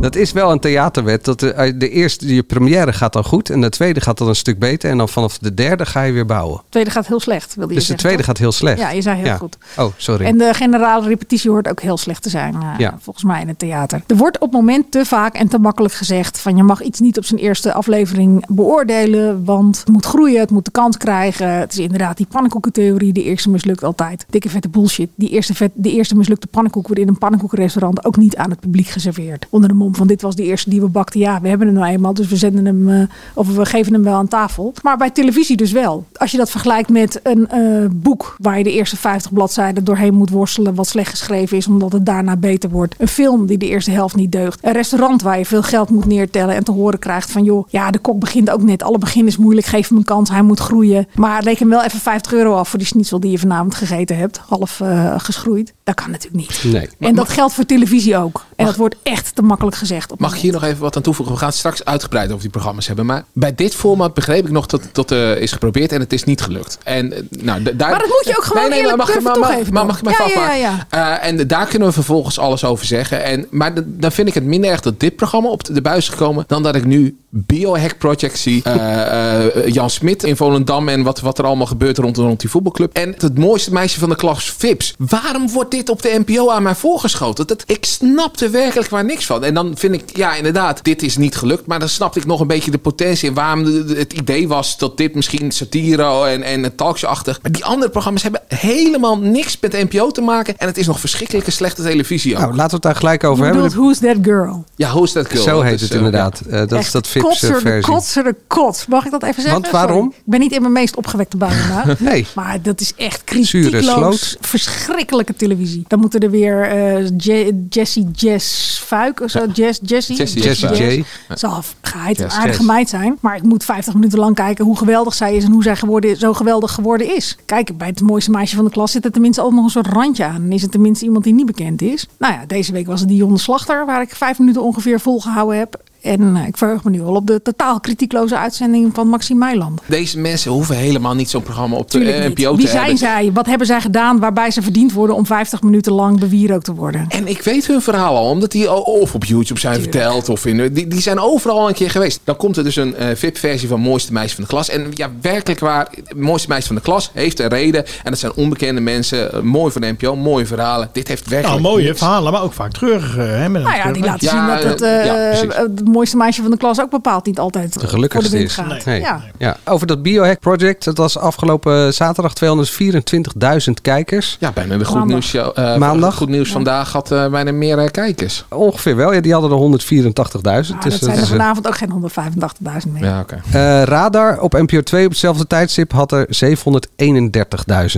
Speaker 8: Dat is wel een theaterwet. Dat de, eh, de eerste, je première gaat dan goed... en de tweede gaat dan een stuk beter... en dan vanaf de derde ga je weer bouwen.
Speaker 10: De tweede gaat heel slecht, wilde
Speaker 8: Dus
Speaker 10: je
Speaker 8: de
Speaker 10: zeggen,
Speaker 8: tweede
Speaker 10: toch?
Speaker 8: gaat heel slecht.
Speaker 10: Ja, je zei heel goed.
Speaker 8: Oh, sorry.
Speaker 10: En de generale repetitie hoort ook heel slecht te zijn, eh,
Speaker 8: Ja.
Speaker 10: volgens mij in het theater. Er wordt op het moment te vaak en te makkelijk gezegd van je mag iets niet op zijn eerste aflevering beoordelen, want het moet groeien, het moet de kans krijgen. Het is inderdaad die pannenkoekentheorie, de eerste mislukt altijd. Dikke vette bullshit. Die eerste, vet, de eerste mislukte pannenkoek wordt in een pannenkoekrestaurant ook niet aan het publiek geserveerd. Onder de mom van dit was de eerste die we bakten. Ja, we hebben hem nou eenmaal, dus we zenden hem eh, of we geven hem wel aan tafel. Maar bij televisie dus wel. Als je dat vergelijkt met een eh, boek waar je de eerste 50 bladzijden doorheen moet worstelen, wat slecht geschreven is, omdat het daarna beter wordt. Een film die de eerste helft niet deugt. Een restaurant waar je veel geld moet neertellen en te horen krijgt van joh, ja, de kok begint ook net. Alle begin is moeilijk, geef hem een kans, hij moet groeien. Maar reken hem wel even 50 euro af voor die schnitzel die je vanavond gegeten hebt. Half eh, geschroeid. Dat kan natuurlijk niet.
Speaker 8: Nee.
Speaker 10: En dat geldt voor televisie ook. En dat wordt echt te makkelijk gezegd. Op
Speaker 9: Mag ik hier nog even wat aan toevoegen? We gaan het straks uitgebreid over die programma's hebben. Maar bij dit format begreep ik nog dat dat eh, is geprobeerd en het is niet gelukt. En, eh, nou, da- daar...
Speaker 10: Maar dat moet je ook gewoon
Speaker 9: nee, nee, maar mag,
Speaker 10: eerlijk
Speaker 9: ik-
Speaker 10: durven
Speaker 9: maar, maar-
Speaker 10: toegeven,
Speaker 9: maar
Speaker 10: toch?
Speaker 9: mag ik mij
Speaker 10: Ja, ja,
Speaker 9: vastpakken?
Speaker 10: ja,
Speaker 9: Eh, en daar kunnen we vervolgens alles over zeggen. En, maar d- dan vind ik het minder erg dat dit programma op de buis is gekomen... dan dat ik nu Biohack Project zie. eh, eh, Jan Smit in Volendam en wat, wat er allemaal gebeurt rond, rond die voetbalclub. En het mooiste meisje van de klas, Vips. Waarom wordt dit op de NPO aan mij voorgeschoten? Dat, ik snapte werkelijk waar niks van. En dan vind ik, ja inderdaad, dit is niet gelukt. Maar dan snapte ik nog een beetje de potentie... en waarom de- de- het idee was dat dit misschien satiro en, en talkshow-achtig... maar die andere programma's hebben helemaal niks met NPO te maken... en het is nog verschrikkelijke slechte televisie ook.
Speaker 8: Nou, laten we het daar gelijk over
Speaker 10: Je
Speaker 8: hebben.
Speaker 10: bedoelt Who's That Girl?
Speaker 9: ja, hoe is dat girl?
Speaker 8: Zo
Speaker 9: Dat
Speaker 8: heet
Speaker 9: is,
Speaker 8: het
Speaker 9: eh,
Speaker 8: inderdaad. Eh, dat is
Speaker 10: Echt
Speaker 8: dat Fips eh,
Speaker 10: kotser de
Speaker 8: versie.
Speaker 10: kotser de kot. Mag ik dat even zeggen?
Speaker 8: Want waarom?
Speaker 10: Sorry, ik ben niet in mijn meest opgewekte bui vandaag.
Speaker 8: Nee.
Speaker 10: Maar dat is echt
Speaker 8: Zure
Speaker 10: kritiekloos.
Speaker 8: sloot.
Speaker 10: Verschrikkelijke televisie. Dan moeten er weer eh, Je- Jessie Jess Fuik of zo. Jess, Jessie.
Speaker 8: Jessie J. Ja.
Speaker 10: Zal een geheid een
Speaker 8: Jess
Speaker 10: aardige
Speaker 8: Jess.
Speaker 10: meid zijn. Maar ik moet 50 minuten lang kijken hoe geweldig zij is en hoe zij geworden, zo geweldig geworden is. Kijk, bij het mooiste meisje van de klas zit er tenminste altijd nog een soort randje aan. Dan is het tenminste iemand die niet bekend is. Nou ja, deze week was het Dionne Slachter, waar ik vijf minuten ongeveer volgehouden heb. En eh, ik verheug me nu al op de totaal kritiekloze uitzending van Maxime Meiland.
Speaker 9: Deze mensen hoeven helemaal niet zo'n programma op de
Speaker 10: Tuurlijk
Speaker 9: eh,
Speaker 10: niet.
Speaker 9: NPO
Speaker 10: Wie
Speaker 9: te hebben.
Speaker 10: zijn zij? Wat hebben zij gedaan waarbij ze verdiend worden om 50 minuten lang bewierookt te worden?
Speaker 9: En ik weet hun verhaal al, omdat die al- of op YouTube zijn verteld. Of in, die, die zijn overal al een keer geweest. Dan komt er dus een eh, VIP-versie van Mooiste Meisje van de Klas. En ja, werkelijk waar, Mooiste Meisje van de Klas heeft een reden. En dat zijn onbekende mensen. Eh, mooi van de NPO, mooie verhalen. Dit heeft
Speaker 13: Nou,
Speaker 9: werkelijk...
Speaker 13: mooie
Speaker 9: niks.
Speaker 13: verhalen, maar ook vaak treurige. Hè, met een
Speaker 10: Nou ja, die
Speaker 13: treurig
Speaker 10: laten
Speaker 9: Ja,
Speaker 10: zien dat het, eh,
Speaker 9: ja, precies.
Speaker 10: het mooiste meisje van de klas ook bepaald niet altijd
Speaker 8: De
Speaker 10: voor de
Speaker 8: gelukkigste
Speaker 10: wind
Speaker 8: is.
Speaker 10: gaat.
Speaker 8: Nee.
Speaker 10: Ja.
Speaker 8: Ja. Over dat Biohack Project, dat was afgelopen eh, zaterdag 224.000 kijkers.
Speaker 9: Ja, bijna de Goed
Speaker 8: Maandag.
Speaker 9: Nieuws, show, eh,
Speaker 8: Maandag?
Speaker 9: Goed nieuws vandaag had eh, bijna meer eh, kijkers.
Speaker 8: Ongeveer wel, ja, die hadden er 184.000.
Speaker 10: Maar
Speaker 8: dus
Speaker 10: Ah, dat zijn
Speaker 8: is
Speaker 10: er
Speaker 8: een-
Speaker 10: vanavond ook geen 185.000 meer.
Speaker 9: Ja, oké.
Speaker 8: Eh, Radar op NPO 2 op hetzelfde tijdstip had er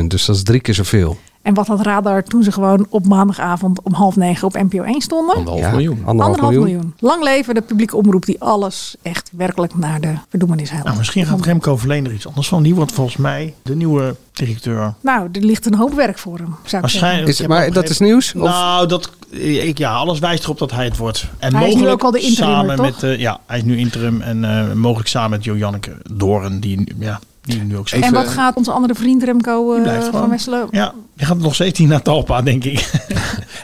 Speaker 8: 731.000. Dus dat is drie keer zoveel.
Speaker 10: En wat had Radar toen ze gewoon op maandagavond om half negen op NPO 1 stonden?
Speaker 8: Anderhalf Ja, miljoen. anderhalf
Speaker 10: Anderhalf, miljoen.
Speaker 8: miljoen.
Speaker 10: Lang leven de publieke omroep die alles echt werkelijk naar de verdoemenis helpt.
Speaker 13: Nou, misschien gaat Remco Verleen er iets anders van. Die wordt volgens mij de nieuwe directeur.
Speaker 10: Nou, er ligt een hoop werk voor hem. Zou ik zeggen.
Speaker 13: Waarschijnlijk. Ik heb opgegeven- Nou, dat, ik, ja, alles wijst erop dat hij het wordt. En
Speaker 10: Hij is nu
Speaker 13: mogelijk
Speaker 10: ook al de interimmer,
Speaker 13: samen
Speaker 10: toch?
Speaker 13: met. eh, ja, hij is nu interim en eh, mogelijk samen met Jo Janneke Doorn. Die, ja, die Die nu ook
Speaker 9: Even-
Speaker 10: en wat gaat onze andere vriend Remco eh,
Speaker 13: Die blijft
Speaker 10: van
Speaker 13: gewoon.
Speaker 10: Westerlo?
Speaker 13: Ja, je gaat nog steeds niet naar Talpa, denk ik.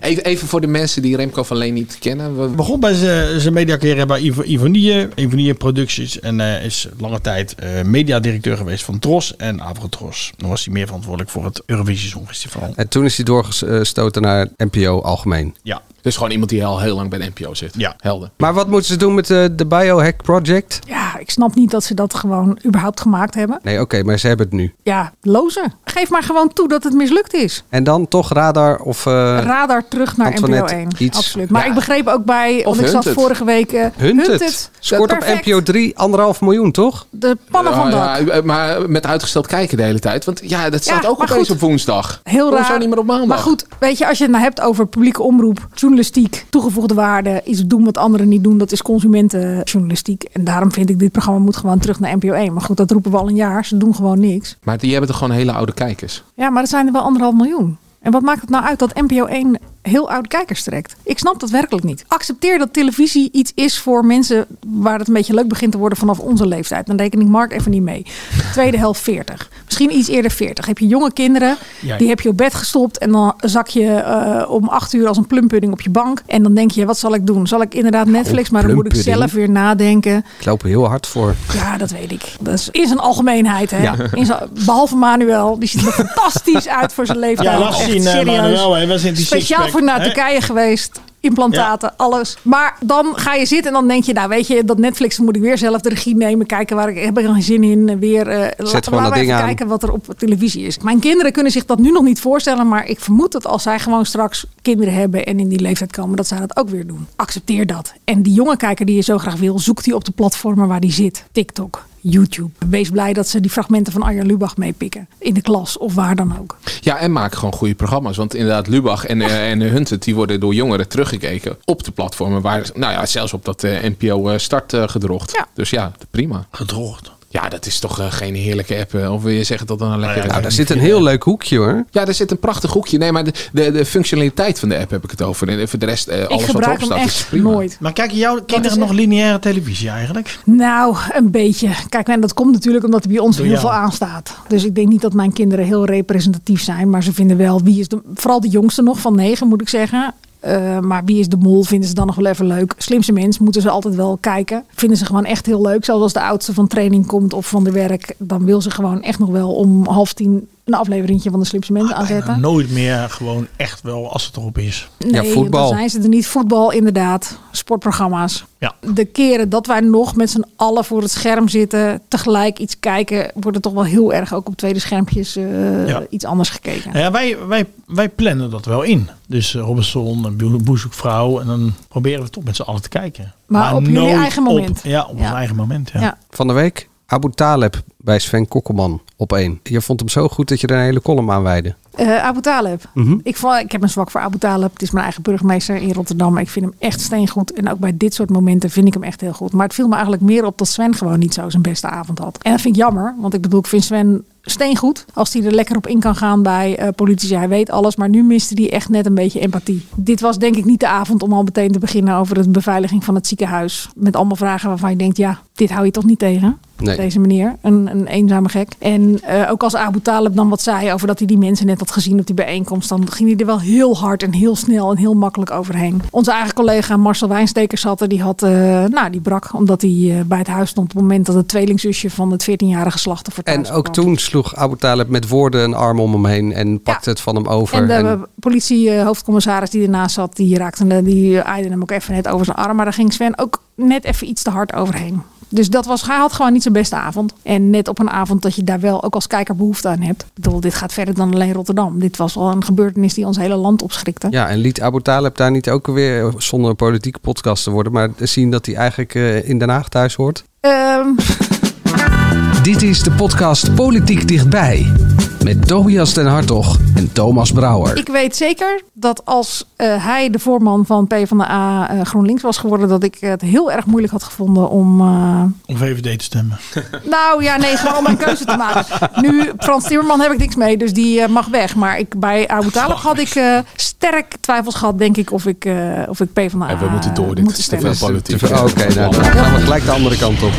Speaker 9: Even, even voor de mensen die Remco van Leen niet kennen. We-
Speaker 13: Begon bij zijn zijn mediacarrière bij Ivo- Ivonie, Ivonie Productions. En eh, is lange tijd eh, mediadirecteur geweest van Tros en Avrotros. Dan was hij meer verantwoordelijk voor het Eurovisie Songfestival.
Speaker 8: En toen is hij doorgestoten naar NPO algemeen.
Speaker 13: Ja.
Speaker 9: Dus gewoon iemand die al heel lang bij de NPO zit. Ja. Helder.
Speaker 8: Maar wat moeten ze doen met eh, de Biohack Project?
Speaker 10: Ja, ik snap niet dat ze dat gewoon überhaupt gemaakt hebben.
Speaker 8: Nee, oké, maar ze hebben het nu.
Speaker 10: Ja, lozen. Geef maar gewoon toe dat het mislukt is.
Speaker 8: En dan toch radar of... eh,
Speaker 10: Radar terug naar
Speaker 8: Antoinette,
Speaker 10: NPO 1.
Speaker 8: iets.
Speaker 10: Absoluut. Maar
Speaker 8: Ja.
Speaker 10: ik begreep ook bij, want ik
Speaker 8: Hunt
Speaker 10: zag
Speaker 8: het.
Speaker 10: vorige week... eh,
Speaker 8: Hunt
Speaker 10: Hunt
Speaker 8: het.
Speaker 10: het.
Speaker 8: Scoort op
Speaker 10: Perfect.
Speaker 8: NPO 3 anderhalf miljoen, toch?
Speaker 10: De pannen van dak.
Speaker 9: Ja, ja, maar met uitgesteld kijken de hele tijd. Want ja, dat staat
Speaker 10: Ja,
Speaker 9: ook
Speaker 10: maar
Speaker 9: opeens
Speaker 10: goed.
Speaker 9: op woensdag.
Speaker 10: Heel raar.
Speaker 9: Hoezo Oh, niet meer op maandag?
Speaker 10: Maar goed, weet je, als je het nou hebt over publieke omroep, journalistiek, toegevoegde waarde, iets doen wat anderen niet doen, dat is consumentenjournalistiek. En daarom vind ik dit programma moet gewoon terug naar NPO 1. Maar goed, dat roepen we al een jaar. Ze doen gewoon niks.
Speaker 9: Maar die hebben toch gewoon hele oude kijkers.
Speaker 10: Ja, maar dat zijn er wel anderhalf miljoen. En wat maakt het nou uit dat NPO 1 heel oud kijkers trekt? Ik snap dat werkelijk niet. Accepteer dat televisie iets is voor mensen waar het een beetje leuk begint te worden vanaf onze leeftijd. Dan reken ik Mark even niet mee. Tweede helft 40. Misschien iets eerder 40. Heb je jonge kinderen,
Speaker 14: Ja.
Speaker 10: die heb je op bed gestopt en dan zak je eh, om acht uur als een plumpudding op je bank. En dan denk je, wat zal ik doen? Zal ik inderdaad Netflix, maar dan moet ik
Speaker 8: plumpudding.
Speaker 10: zelf weer nadenken.
Speaker 8: Ik loop er heel hard voor.
Speaker 10: Ja, dat weet ik. Dat is in zijn algemeenheid. Hè?
Speaker 8: Ja.
Speaker 10: In zijn- behalve Manuel, die ziet er fantastisch uit voor zijn leeftijd.
Speaker 13: Ja, laat
Speaker 10: Echt
Speaker 13: zien, eh,
Speaker 10: serieus.
Speaker 13: Manuel, hè. Wij zijn die
Speaker 10: Speciaal
Speaker 13: sixpack,
Speaker 10: voor naar
Speaker 13: hè?
Speaker 10: Turkije geweest. Implantaten, alles. Maar dan ga je zitten en dan denk je, nou weet je, dat Netflix dan moet ik weer zelf de regie nemen, kijken waar ik heb ik er geen zin in, eh, weer. eh, la-
Speaker 8: gewoon
Speaker 10: laten we
Speaker 8: dat ding
Speaker 10: even
Speaker 8: aan.
Speaker 10: kijken wat er op televisie is. Mijn kinderen kunnen zich dat nu nog niet voorstellen, maar ik vermoed dat als zij gewoon straks kinderen hebben en in die leeftijd komen, dat zij dat ook weer doen. Accepteer dat. En die jonge kijker die je zo graag wil, zoek die op de platformen waar die zit. TikTok. YouTube. Wees blij dat ze die fragmenten van Arjen Lubach meepikken. In de klas of waar dan ook.
Speaker 9: Ja, en maak gewoon goede programma's. Want inderdaad, Lubach en, eh, en Hunted, die worden door jongeren teruggekeken op de platformen. Waar, nou ja, zelfs op dat eh, NPO eh, start eh, gedrocht. Dus ja, prima.
Speaker 13: Gedrocht.
Speaker 9: Ja, dat is toch eh, geen heerlijke app. eh, of wil je zeggen dat dan een lekkere
Speaker 8: nou, daar zit een heel leuk hoekje hoor.
Speaker 9: Ja, daar zit een prachtig hoekje. Nee, maar de, de, de functionaliteit van de app heb ik het over. En voor de rest, eh, alles wat erop staat, is prima.
Speaker 10: nooit.
Speaker 13: Maar kijken jouw kinderen
Speaker 10: is
Speaker 13: nog lineaire televisie eigenlijk?
Speaker 10: Nou, een beetje. Kijk, en dat komt natuurlijk omdat er bij ons
Speaker 13: Door
Speaker 10: heel
Speaker 13: jou.
Speaker 10: veel aanstaat. Dus ik denk niet dat mijn kinderen heel representatief zijn. Maar ze vinden wel, wie is de, vooral de jongste nog, van negen moet ik zeggen. Eh, maar wie is de mol, vinden ze dan nog wel even leuk. Slimste mens moeten ze altijd wel kijken. Vinden ze gewoon echt heel leuk. Zelfs als de oudste van training komt of van de werk. Dan wil ze gewoon echt nog wel om half tien een afleveringje van de slimste mens
Speaker 13: Ah,
Speaker 10: aanzetten.
Speaker 13: Nooit meer gewoon echt wel als het erop is.
Speaker 10: Nee, dan zijn ze er niet. Voetbal inderdaad, sportprogramma's.
Speaker 13: Ja.
Speaker 10: De keren dat wij nog met z'n allen voor het scherm zitten, tegelijk iets kijken, wordt er toch wel heel erg ook op tweede schermpjes eh,
Speaker 13: Ja.
Speaker 10: iets anders gekeken.
Speaker 13: Nou ja, wij, wij, wij plannen dat wel in. Dus eh, Robinson, een boe- boezekvrouw. En dan proberen we toch met z'n allen te kijken.
Speaker 10: Maar op jullie
Speaker 13: nooit
Speaker 10: eigen
Speaker 13: op-
Speaker 10: moment.
Speaker 13: ja, op ons eigen moment. Ja.
Speaker 10: Ja.
Speaker 8: Van de week Abu Taleb bij Sven Kokkelman op één. Je vond hem zo goed dat je er een hele column aan wijde.
Speaker 10: Eh, Abu Taleb.
Speaker 8: Mhm.
Speaker 10: Ik, vond, ik heb een zwak voor Abu Taleb. Het is mijn eigen burgemeester in Rotterdam. Ik vind hem echt steengoed. En ook bij dit soort momenten vind ik hem echt heel goed. Maar het viel me eigenlijk meer op dat Sven gewoon niet zo zijn beste avond had. En dat vind ik jammer. Want ik bedoel, ik vind Sven steengoed. Als hij er lekker op in kan gaan bij eh, politici. Hij weet alles. Maar nu miste hij echt net een beetje empathie. Dit was denk ik niet de avond om al meteen te beginnen over de beveiliging van het ziekenhuis. Met allemaal vragen waarvan je denkt, ja, dit hou je toch niet tegen?
Speaker 8: Nee.
Speaker 10: Op deze manier. Een, een eenzame gek. En eh, ook als Abu Talib dan wat zei over dat hij die mensen net had gezien op die bijeenkomst, dan ging hij er wel heel hard en heel snel en heel makkelijk overheen. Onze eigen collega Marcel Wijnstekers zat er, die had, eh, nou, die brak omdat hij eh, bij het huis stond op het moment dat het tweelingzusje van het 14-jarige slachtoffer thuis
Speaker 8: En ook
Speaker 10: kwam.
Speaker 8: toen sloeg Abu Taleb met woorden een arm om hem heen en pakte het van hem over.
Speaker 10: En de politiehoofdcommissaris die ernaast zat, die raakte hem- die aaide hem ook even net over zijn arm. Maar daar ging Sven ook net even iets te hard overheen. Dus dat was, hij had gewoon niet zijn beste avond. En net op een avond dat je daar wel ook als kijker behoefte aan hebt. Ik bedoel, dit gaat verder dan alleen Rotterdam. Dit was al een gebeurtenis die ons hele land opschrikte.
Speaker 8: Ja, en liet Abu Taleb daar niet ook weer zonder een politieke podcast te worden, maar zien dat hij eigenlijk eh, in Den Haag thuis hoort?
Speaker 10: Ehm,
Speaker 8: Dit is de podcast Politiek Dichtbij met Tobias den Hartog en Thomas Brouwer.
Speaker 10: ik weet zeker dat als eh, hij de voorman van PvdA eh GroenLinks was geworden... dat ik het heel erg moeilijk had gevonden om... eh,
Speaker 13: Om VVD te stemmen.
Speaker 10: Nou ja, nee, gewoon om een keuze te maken. Nu, Frans Timmerman heb ik niks mee, dus die eh, mag weg. Maar ik, bij Abu Talib had ik eh, sterk twijfels gehad, denk ik, of ik, eh of ik PvdA...
Speaker 9: En we moeten door, dit is te
Speaker 10: stemmen.
Speaker 9: veel politiek.
Speaker 8: Oké, nou, dan gaan we gelijk de andere kant op.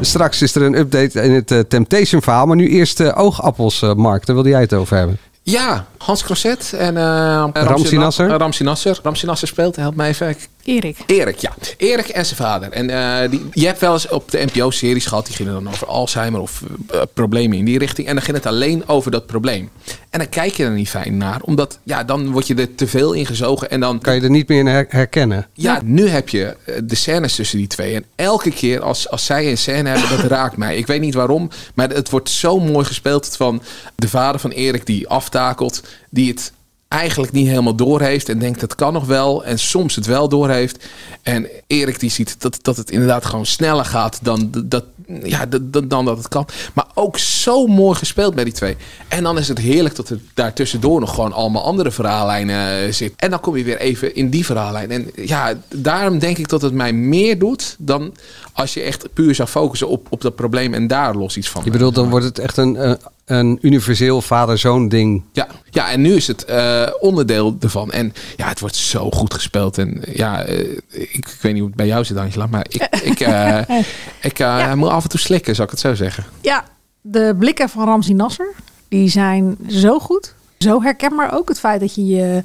Speaker 8: Straks is er een update in het eh, Temptation-verhaal. Maar nu eerst eh, oogappels, eh, Mark. Daar wilde jij het over hebben.
Speaker 9: Ja, Hans Crosset en eh
Speaker 8: Ramsey Nasser.
Speaker 9: eh, Ramsey Nasser. Ramsey Nasser speelt, help mij even.
Speaker 10: Erik.
Speaker 9: Erik, ja. Erik en zijn vader. En eh, die, je hebt wel eens op de NPO-series gehad, die gingen dan over Alzheimer of eh, problemen in die richting. En dan ging het alleen over dat probleem. En dan kijk je er niet fijn naar, omdat ja, dan word je er te veel in gezogen en dan
Speaker 8: Kan je er niet meer in her- herkennen.
Speaker 9: ja, nu heb je eh, de scènes tussen die twee. En elke keer als, als zij een scène hebben, dat raakt mij. Ik weet niet waarom, maar het wordt zo mooi gespeeld van de vader van Erik die aftakelt, die het eigenlijk niet helemaal doorheeft en denkt dat kan nog wel en soms het wel doorheeft. En Erik die ziet dat, dat het inderdaad gewoon sneller gaat dan d- dat, ja, d- d- dan dat het kan. Maar ook zo mooi gespeeld bij die twee. En dan is het heerlijk dat er daartussendoor nog gewoon allemaal andere verhaallijnen eh, zitten. En dan kom je weer even in die verhaallijn. En ja, daarom denk ik dat het mij meer doet dan als je echt puur zou focussen op, op dat probleem en daar los iets van.
Speaker 8: Je bedoelt, dan wordt het echt een, eh, een universeel vader-zoon ding.
Speaker 9: Ja, ja, en nu is het eh, onderdeel ervan. En ja, het wordt zo goed gespeeld. En ja, eh, ik, ik weet niet hoe het bij jou zit, Angela, maar ik, ik, eh, ik eh, moet af en toe slikken, zou ik het zo zeggen.
Speaker 10: Ja, de blikken van Ramzi Nasser, die zijn zo goed. Zo herkenbaar ook het feit dat je je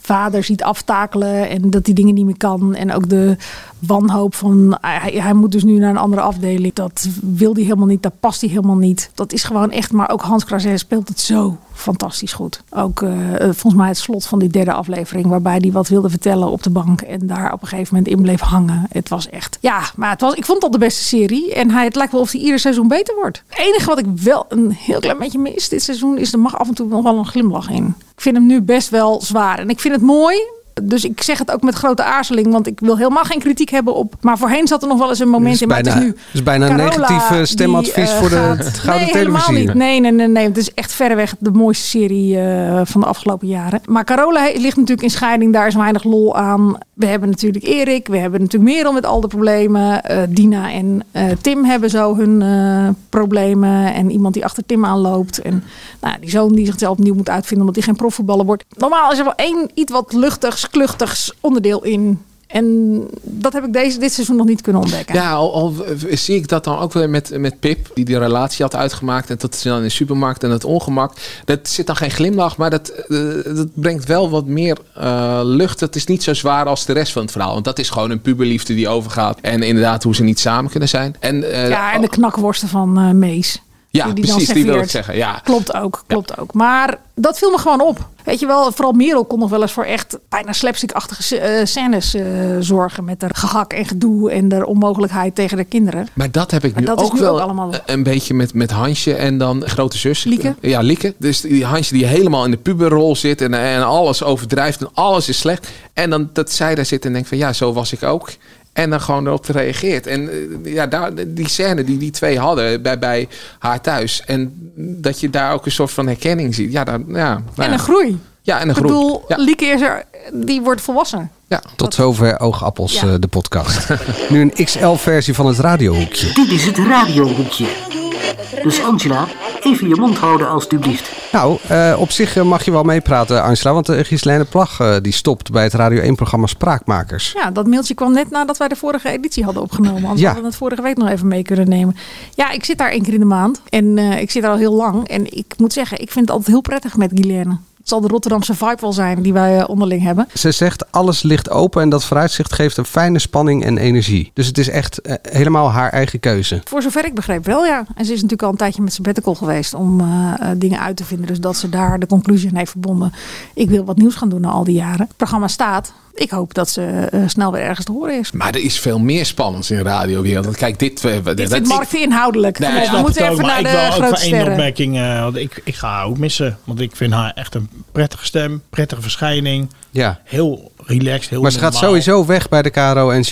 Speaker 10: vader ziet aftakelen en dat die dingen niet meer kan. En ook de wanhoop van hij, hij moet dus nu naar een andere afdeling. Dat wil hij helemaal niet, dat past hij helemaal niet. Dat is gewoon echt, maar ook Hans Krazer speelt het zo fantastisch goed. Ook eh, eh, volgens mij het slot van die derde aflevering waarbij hij wat wilde vertellen op de bank en daar op een gegeven moment in bleef hangen. Het was echt ja, maar het was, ik vond dat de beste serie. En hij, het lijkt wel of hij ieder seizoen beter wordt. Het enige wat ik wel een heel klein beetje mis dit seizoen is... er mag af en toe nog wel een glimlach in. Ik vind hem nu best wel zwaar. En ik vind het mooi... Dus ik zeg het ook met grote aarzeling, want ik wil helemaal geen kritiek hebben op. Maar voorheen zat er nog wel eens een moment
Speaker 8: is
Speaker 10: in. Maar het is
Speaker 8: bijna-
Speaker 10: nu.
Speaker 8: is bijna een negatief, eh,
Speaker 10: die,
Speaker 8: stemadvies
Speaker 10: eh,
Speaker 8: voor de-
Speaker 10: gaat-
Speaker 8: het gouden
Speaker 10: nee, helemaal
Speaker 8: televisie.
Speaker 10: niet. Nee, nee, nee, nee. Het is echt verreweg de mooiste serie eh, van de afgelopen jaren. Maar Carola he- ligt natuurlijk in scheiding. Daar is weinig lol aan. We hebben natuurlijk Erik. We hebben natuurlijk Merel met al de problemen. Eh, Dina en eh, Tim hebben zo hun eh, problemen. En iemand die achter Tim aanloopt. En nou, die zoon die zichzelf opnieuw moet uitvinden omdat hij geen profvoetballer wordt. Normaal is er wel één iets wat luchtigs, kluchtigs onderdeel in. En dat heb ik deze, dit seizoen nog niet kunnen ontdekken.
Speaker 9: Ja, al, al zie ik dat dan ook weer met, met Pip, die die relatie had uitgemaakt. En dat is dan in de supermarkt en het ongemak. Dat zit dan geen glimlach, maar dat, eh, dat brengt wel wat meer eh, lucht. Het is niet zo zwaar als de rest van het verhaal. Want dat is gewoon een puberliefde die overgaat. En inderdaad hoe ze niet samen kunnen zijn. En, eh,
Speaker 10: ja, en de knakworsten van eh, Mees.
Speaker 9: Ja,
Speaker 10: dan
Speaker 9: precies, die wil ik
Speaker 10: serveert.
Speaker 9: zeggen, ja.
Speaker 10: Klopt ook, klopt ook. Maar dat viel me gewoon op. Weet je wel, vooral Merel kon nog wel eens voor echt bijna slapstickachtige sc- eh, scènes eh, zorgen. Met haar gehak en gedoe en de onmogelijkheid tegen de kinderen.
Speaker 9: Maar dat heb ik
Speaker 10: Maar
Speaker 9: nu
Speaker 10: dat is
Speaker 9: ook
Speaker 10: nu
Speaker 9: wel
Speaker 10: ook allemaal-
Speaker 9: een- een beetje met, met Hansje en dan grote zus.
Speaker 10: Lieke.
Speaker 9: Ja, Lieke. Dus die Hansje die helemaal in de puberrol zit en, en alles overdrijft en alles is slecht. En dan dat zij daar zit en denkt van ja, zo was ik ook. En dan gewoon erop reageert. En eh, ja, daar, die scène die die twee hadden bij, bij haar thuis. En dat je daar ook een soort van herkenning ziet. Ja, daar, ja nou
Speaker 10: en
Speaker 9: ja.
Speaker 10: een groei.
Speaker 9: Ja, en een
Speaker 10: Ik
Speaker 9: groei.
Speaker 10: bedoel, Lieke is er, die wordt volwassen.
Speaker 9: Ja.
Speaker 8: Tot zover Oogappels,
Speaker 10: Ja.
Speaker 8: eh, de podcast. nu een XL-versie van het radiohoekje.
Speaker 14: Dit is het radiohoekje. Dus Angela, even je mond houden alstublieft.
Speaker 8: Nou, eh, op zich eh, mag je wel meepraten, Angela. Want eh, Ghislaine Plag eh, die stopt bij het Radio 1-programma Spraakmakers.
Speaker 10: Ja, dat mailtje kwam net nadat wij de vorige editie hadden opgenomen. Anders
Speaker 8: Ja.
Speaker 10: hadden we het vorige week nog even mee kunnen nemen. Ja, ik zit daar één keer in de maand. En eh, ik zit daar al heel lang. En ik moet zeggen, ik vind het altijd heel prettig met Guilaine. Het zal de Rotterdamse vibe wel zijn die wij eh, onderling hebben.
Speaker 8: Ze zegt, alles ligt open en dat vooruitzicht geeft een fijne spanning en energie. Dus het is echt eh, helemaal haar eigen keuze.
Speaker 10: Voor zover ik begreep wel, ja. En ze is natuurlijk al een tijdje met sabbatical geweest om eh, eh, dingen uit te vinden. Dus dat ze daar de conclusie aan heeft verbonden. Ik wil wat nieuws gaan doen na al die jaren. Het programma staat. Ik hoop dat ze eh, snel weer ergens te horen is.
Speaker 9: Maar er is veel meer spannends in de radiowereld. Want Kijk, dit... eh,
Speaker 10: Dit
Speaker 9: dat-
Speaker 10: zit
Speaker 9: ik-
Speaker 10: marktinhoudelijk.
Speaker 9: Nee,
Speaker 10: Kom
Speaker 9: ik
Speaker 10: op,
Speaker 9: snap
Speaker 10: we
Speaker 9: het
Speaker 10: moeten
Speaker 9: ook,
Speaker 10: even
Speaker 9: maar
Speaker 10: naar
Speaker 9: ik
Speaker 10: de
Speaker 9: wil ook
Speaker 13: Ook
Speaker 10: grote
Speaker 13: voor één
Speaker 10: sterren.
Speaker 13: opmerking, eh, want ik, ik ga haar ook missen. Want ik vind haar echt een prettige stem, prettige verschijning.
Speaker 8: Ja.
Speaker 13: Heel relaxed, heel
Speaker 8: maar ze gaat
Speaker 13: normaal.
Speaker 8: sowieso weg bij de KRO en
Speaker 13: Ja,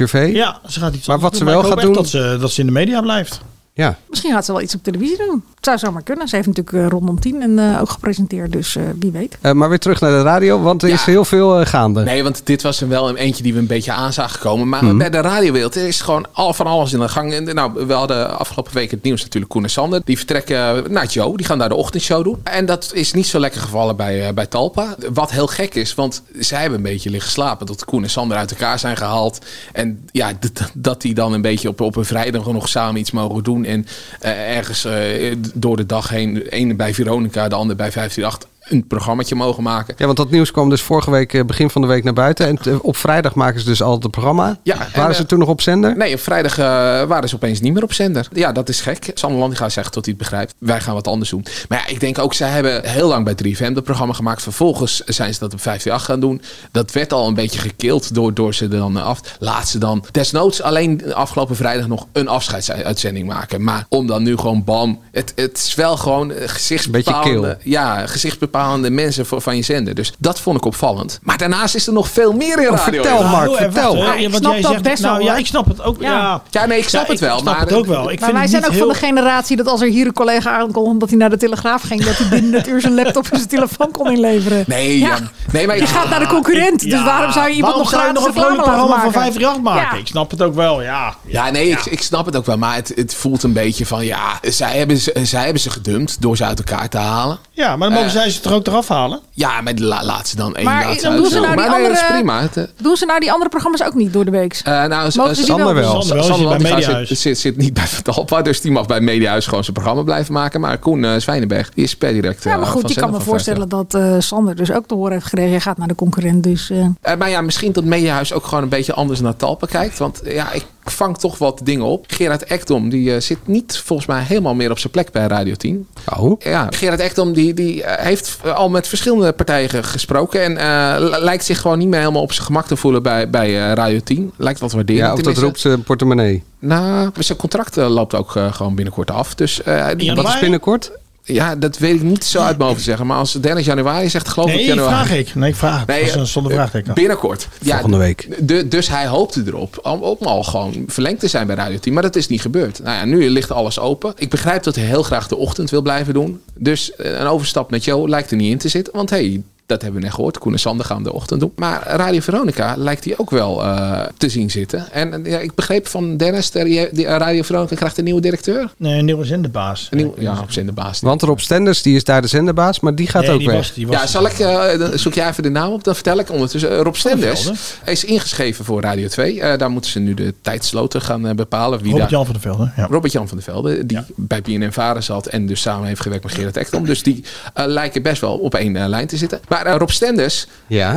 Speaker 13: ze gaat iets
Speaker 8: Maar wat
Speaker 13: anders
Speaker 8: ze
Speaker 13: doen,
Speaker 8: wel
Speaker 13: ik hoop
Speaker 8: gaat
Speaker 13: echt
Speaker 8: doen...
Speaker 13: Dat ze, dat ze in de media blijft.
Speaker 8: Ja.
Speaker 10: Misschien gaat ze wel iets op televisie doen. Het Zou zomaar kunnen. Ze heeft natuurlijk eh, rondom tien en eh, ook gepresenteerd, dus eh, wie weet.
Speaker 8: Eh, maar weer terug naar de radio, want er is heel veel eh, gaande.
Speaker 9: Nee, want dit was er wel een eentje die we een beetje aan zagen komen. Maar bij de radiowereld is gewoon al van alles in de gang. En, nou, we hadden afgelopen week het nieuws natuurlijk. Koen en Sander, die vertrekken naar Joe. Die gaan daar de ochtendshow doen. En dat is niet zo lekker gevallen bij, eh, bij Talpa. Wat heel gek is, want zij hebben een beetje liggen slapen. Dat Koen en Sander uit elkaar zijn gehaald. En ja, dat- dat die dan een beetje op, op een vrijdag nog samen iets mogen doen. En eh, ergens eh, door de dag heen, de ene bij Veronica, de ander bij 538, een programmaatje mogen maken.
Speaker 8: Ja, want dat nieuws kwam dus vorige week, eh, begin van de week naar buiten. En eh, op vrijdag maken ze dus al het programma.
Speaker 9: Ja,
Speaker 8: Waren
Speaker 9: en,
Speaker 8: ze toen nog op zender?
Speaker 9: Nee, op vrijdag eh, waren ze opeens niet meer op zender. Ja, dat is gek. Sander Landiga zegt tot hij het begrijpt. Wij gaan wat anders doen. Maar ja, ik denk ook, zij hebben heel lang bij 3FM dat programma gemaakt. Vervolgens zijn ze dat op 538 gaan doen. Dat werd al een beetje gekild door, door ze er dan eh, af. Laat ze dan desnoods alleen afgelopen vrijdag nog een afscheidsuitzending maken. Maar om dan nu gewoon bam. Het, het is wel gewoon eh, gezichtsbepalende...
Speaker 8: kil.
Speaker 9: Ja, gezichtsbepalende mensen voor, van je zender. Dus dat vond ik opvallend. Maar daarnaast is er nog veel meer in
Speaker 13: Oh,
Speaker 9: radio.
Speaker 13: vertel,
Speaker 9: Ja,
Speaker 13: Mark,
Speaker 9: heel erg
Speaker 13: vertel.
Speaker 9: wat, hè?
Speaker 13: Ja, want jij zegt- nou, ja, ik snap het ook, ja.
Speaker 9: Ja, nee, ik snap
Speaker 13: Ja,
Speaker 9: het
Speaker 13: ik
Speaker 9: wel.
Speaker 13: snap
Speaker 9: maar
Speaker 13: het ook wel. Ik
Speaker 10: maar wij zijn ook van de generatie dat als er hier een collega aankomt omdat hij naar de Telegraaf ging, dat hij binnen het uur zijn laptop en zijn telefoon kon inleveren.
Speaker 9: Nee, ja. nee, maar
Speaker 10: je gaat naar de concurrent, dus waarom zou je iemand
Speaker 13: Waarom
Speaker 10: nog
Speaker 13: zou je
Speaker 10: gratis
Speaker 13: nog een vrolijk
Speaker 10: reclame laten
Speaker 13: programma van 538
Speaker 10: maken?
Speaker 13: maken?
Speaker 10: Ja.
Speaker 13: Ik snap het ook wel, ja.
Speaker 9: Ja, nee, Ik, ik snap het ook wel. Maar het, het voelt een beetje van, ja, zij hebben, ze, zij hebben ze gedumpt door ze uit elkaar te halen.
Speaker 13: Ja, maar dan mogen
Speaker 9: Eh,
Speaker 13: zij ze toch ook eraf halen?
Speaker 9: Ja, maar la- laat ze dan één
Speaker 10: Maar
Speaker 9: laatste
Speaker 10: dan doen ze
Speaker 9: uitzending.
Speaker 10: nou
Speaker 9: Maar
Speaker 10: die
Speaker 9: nee, dat is
Speaker 10: andere-
Speaker 9: prima. Het, eh,
Speaker 10: Doen ze nou die andere programma's ook niet door de week?
Speaker 9: eh, nou,
Speaker 10: Mogen ze die
Speaker 9: Sander
Speaker 10: wel?
Speaker 9: wel.
Speaker 10: Sander
Speaker 9: Sander
Speaker 10: wel, is hij bij
Speaker 9: Lantinga
Speaker 10: Mediahuis.
Speaker 9: zit, zit, zit niet bij Vertalpa, dus die mag bij Mediahuis gewoon zijn programma blijven maken. Maar Koen eh, Zwijnenberg, die is per direct eh,
Speaker 10: Ja, maar goed, ik kan me voorstellen dat eh, Sander dus ook te horen heeft gekregen. Hij gaat naar de concurrent, dus... eh,
Speaker 9: Eh, maar ja, misschien dat Mediahuis ook gewoon een beetje anders naar Talpa kijkt. Want eh, ja, ik vang toch wat dingen op. Gerard Ekdom, die eh, zit niet volgens mij helemaal meer op zijn plek bij Radio 10.
Speaker 8: Oh.
Speaker 9: Ja, Gerard Ekdom die, die eh, heeft eh, al met verschillende partijen ge- gesproken. En eh, li- lijkt zich gewoon niet meer helemaal op zijn gemak te voelen bij, bij eh, Radio 10. Lijkt wat waarderen.
Speaker 8: Ja, of dat
Speaker 9: tenminste.
Speaker 8: roept zijn portemonnee.
Speaker 9: Nou, zijn contract eh, loopt ook eh, gewoon binnenkort af. Dus, eh, die-
Speaker 8: Wat is binnenkort?
Speaker 9: Ja, dat weet ik niet zo uit mijn hoofd te zeggen. Maar als Dennis januari zegt, geloof ik
Speaker 13: Nee,
Speaker 9: januari.
Speaker 13: vraag ik. Nee, ik vraag.
Speaker 9: Nee, eh,
Speaker 13: Nee, dat is een zonder vraagteken.
Speaker 9: Binnenkort.
Speaker 8: Volgende week.
Speaker 9: de- dus hij hoopte erop om, om al gewoon verlengd te zijn bij Radio 10. Maar dat is niet gebeurd. Nou ja, nu ligt alles open. Ik begrijp dat hij heel graag de ochtend wil blijven doen. Dus eh, een overstap met Joe lijkt er niet in te zitten. Want hey, dat hebben we net gehoord. Koen en Sander gaan de ochtend doen. Maar Radio Veronica lijkt hij ook wel eh, te zien zitten. En eh, ja, ik begreep van Dennis, dat die- die eh, Radio Veronica krijgt een nieuwe directeur.
Speaker 13: Nee, een nieuwe zenderbaas.
Speaker 9: Een nieuwe, ja, op zin de baas.
Speaker 8: Want Rob Stenders, die is daar de zenderbaas, maar die gaat ook weg.
Speaker 9: ja, zal ik, eh, dan zoek jij even de naam op, dan vertel ik ondertussen. Eh, Rob Stenders
Speaker 13: Velde.
Speaker 9: is ingeschreven voor Radio 2. Eh, daar moeten ze nu de tijdsloten gaan eh, bepalen. Wie daar-
Speaker 13: Robert-Jan van der Velde. Ja.
Speaker 9: Robert-Jan van der Velde, die bij BNN Varen zat en dus samen heeft gewerkt met Gerard Ekdom. Dus die eh, lijken best wel op één eh, lijn te zitten. Maar eh, Rob Stenders,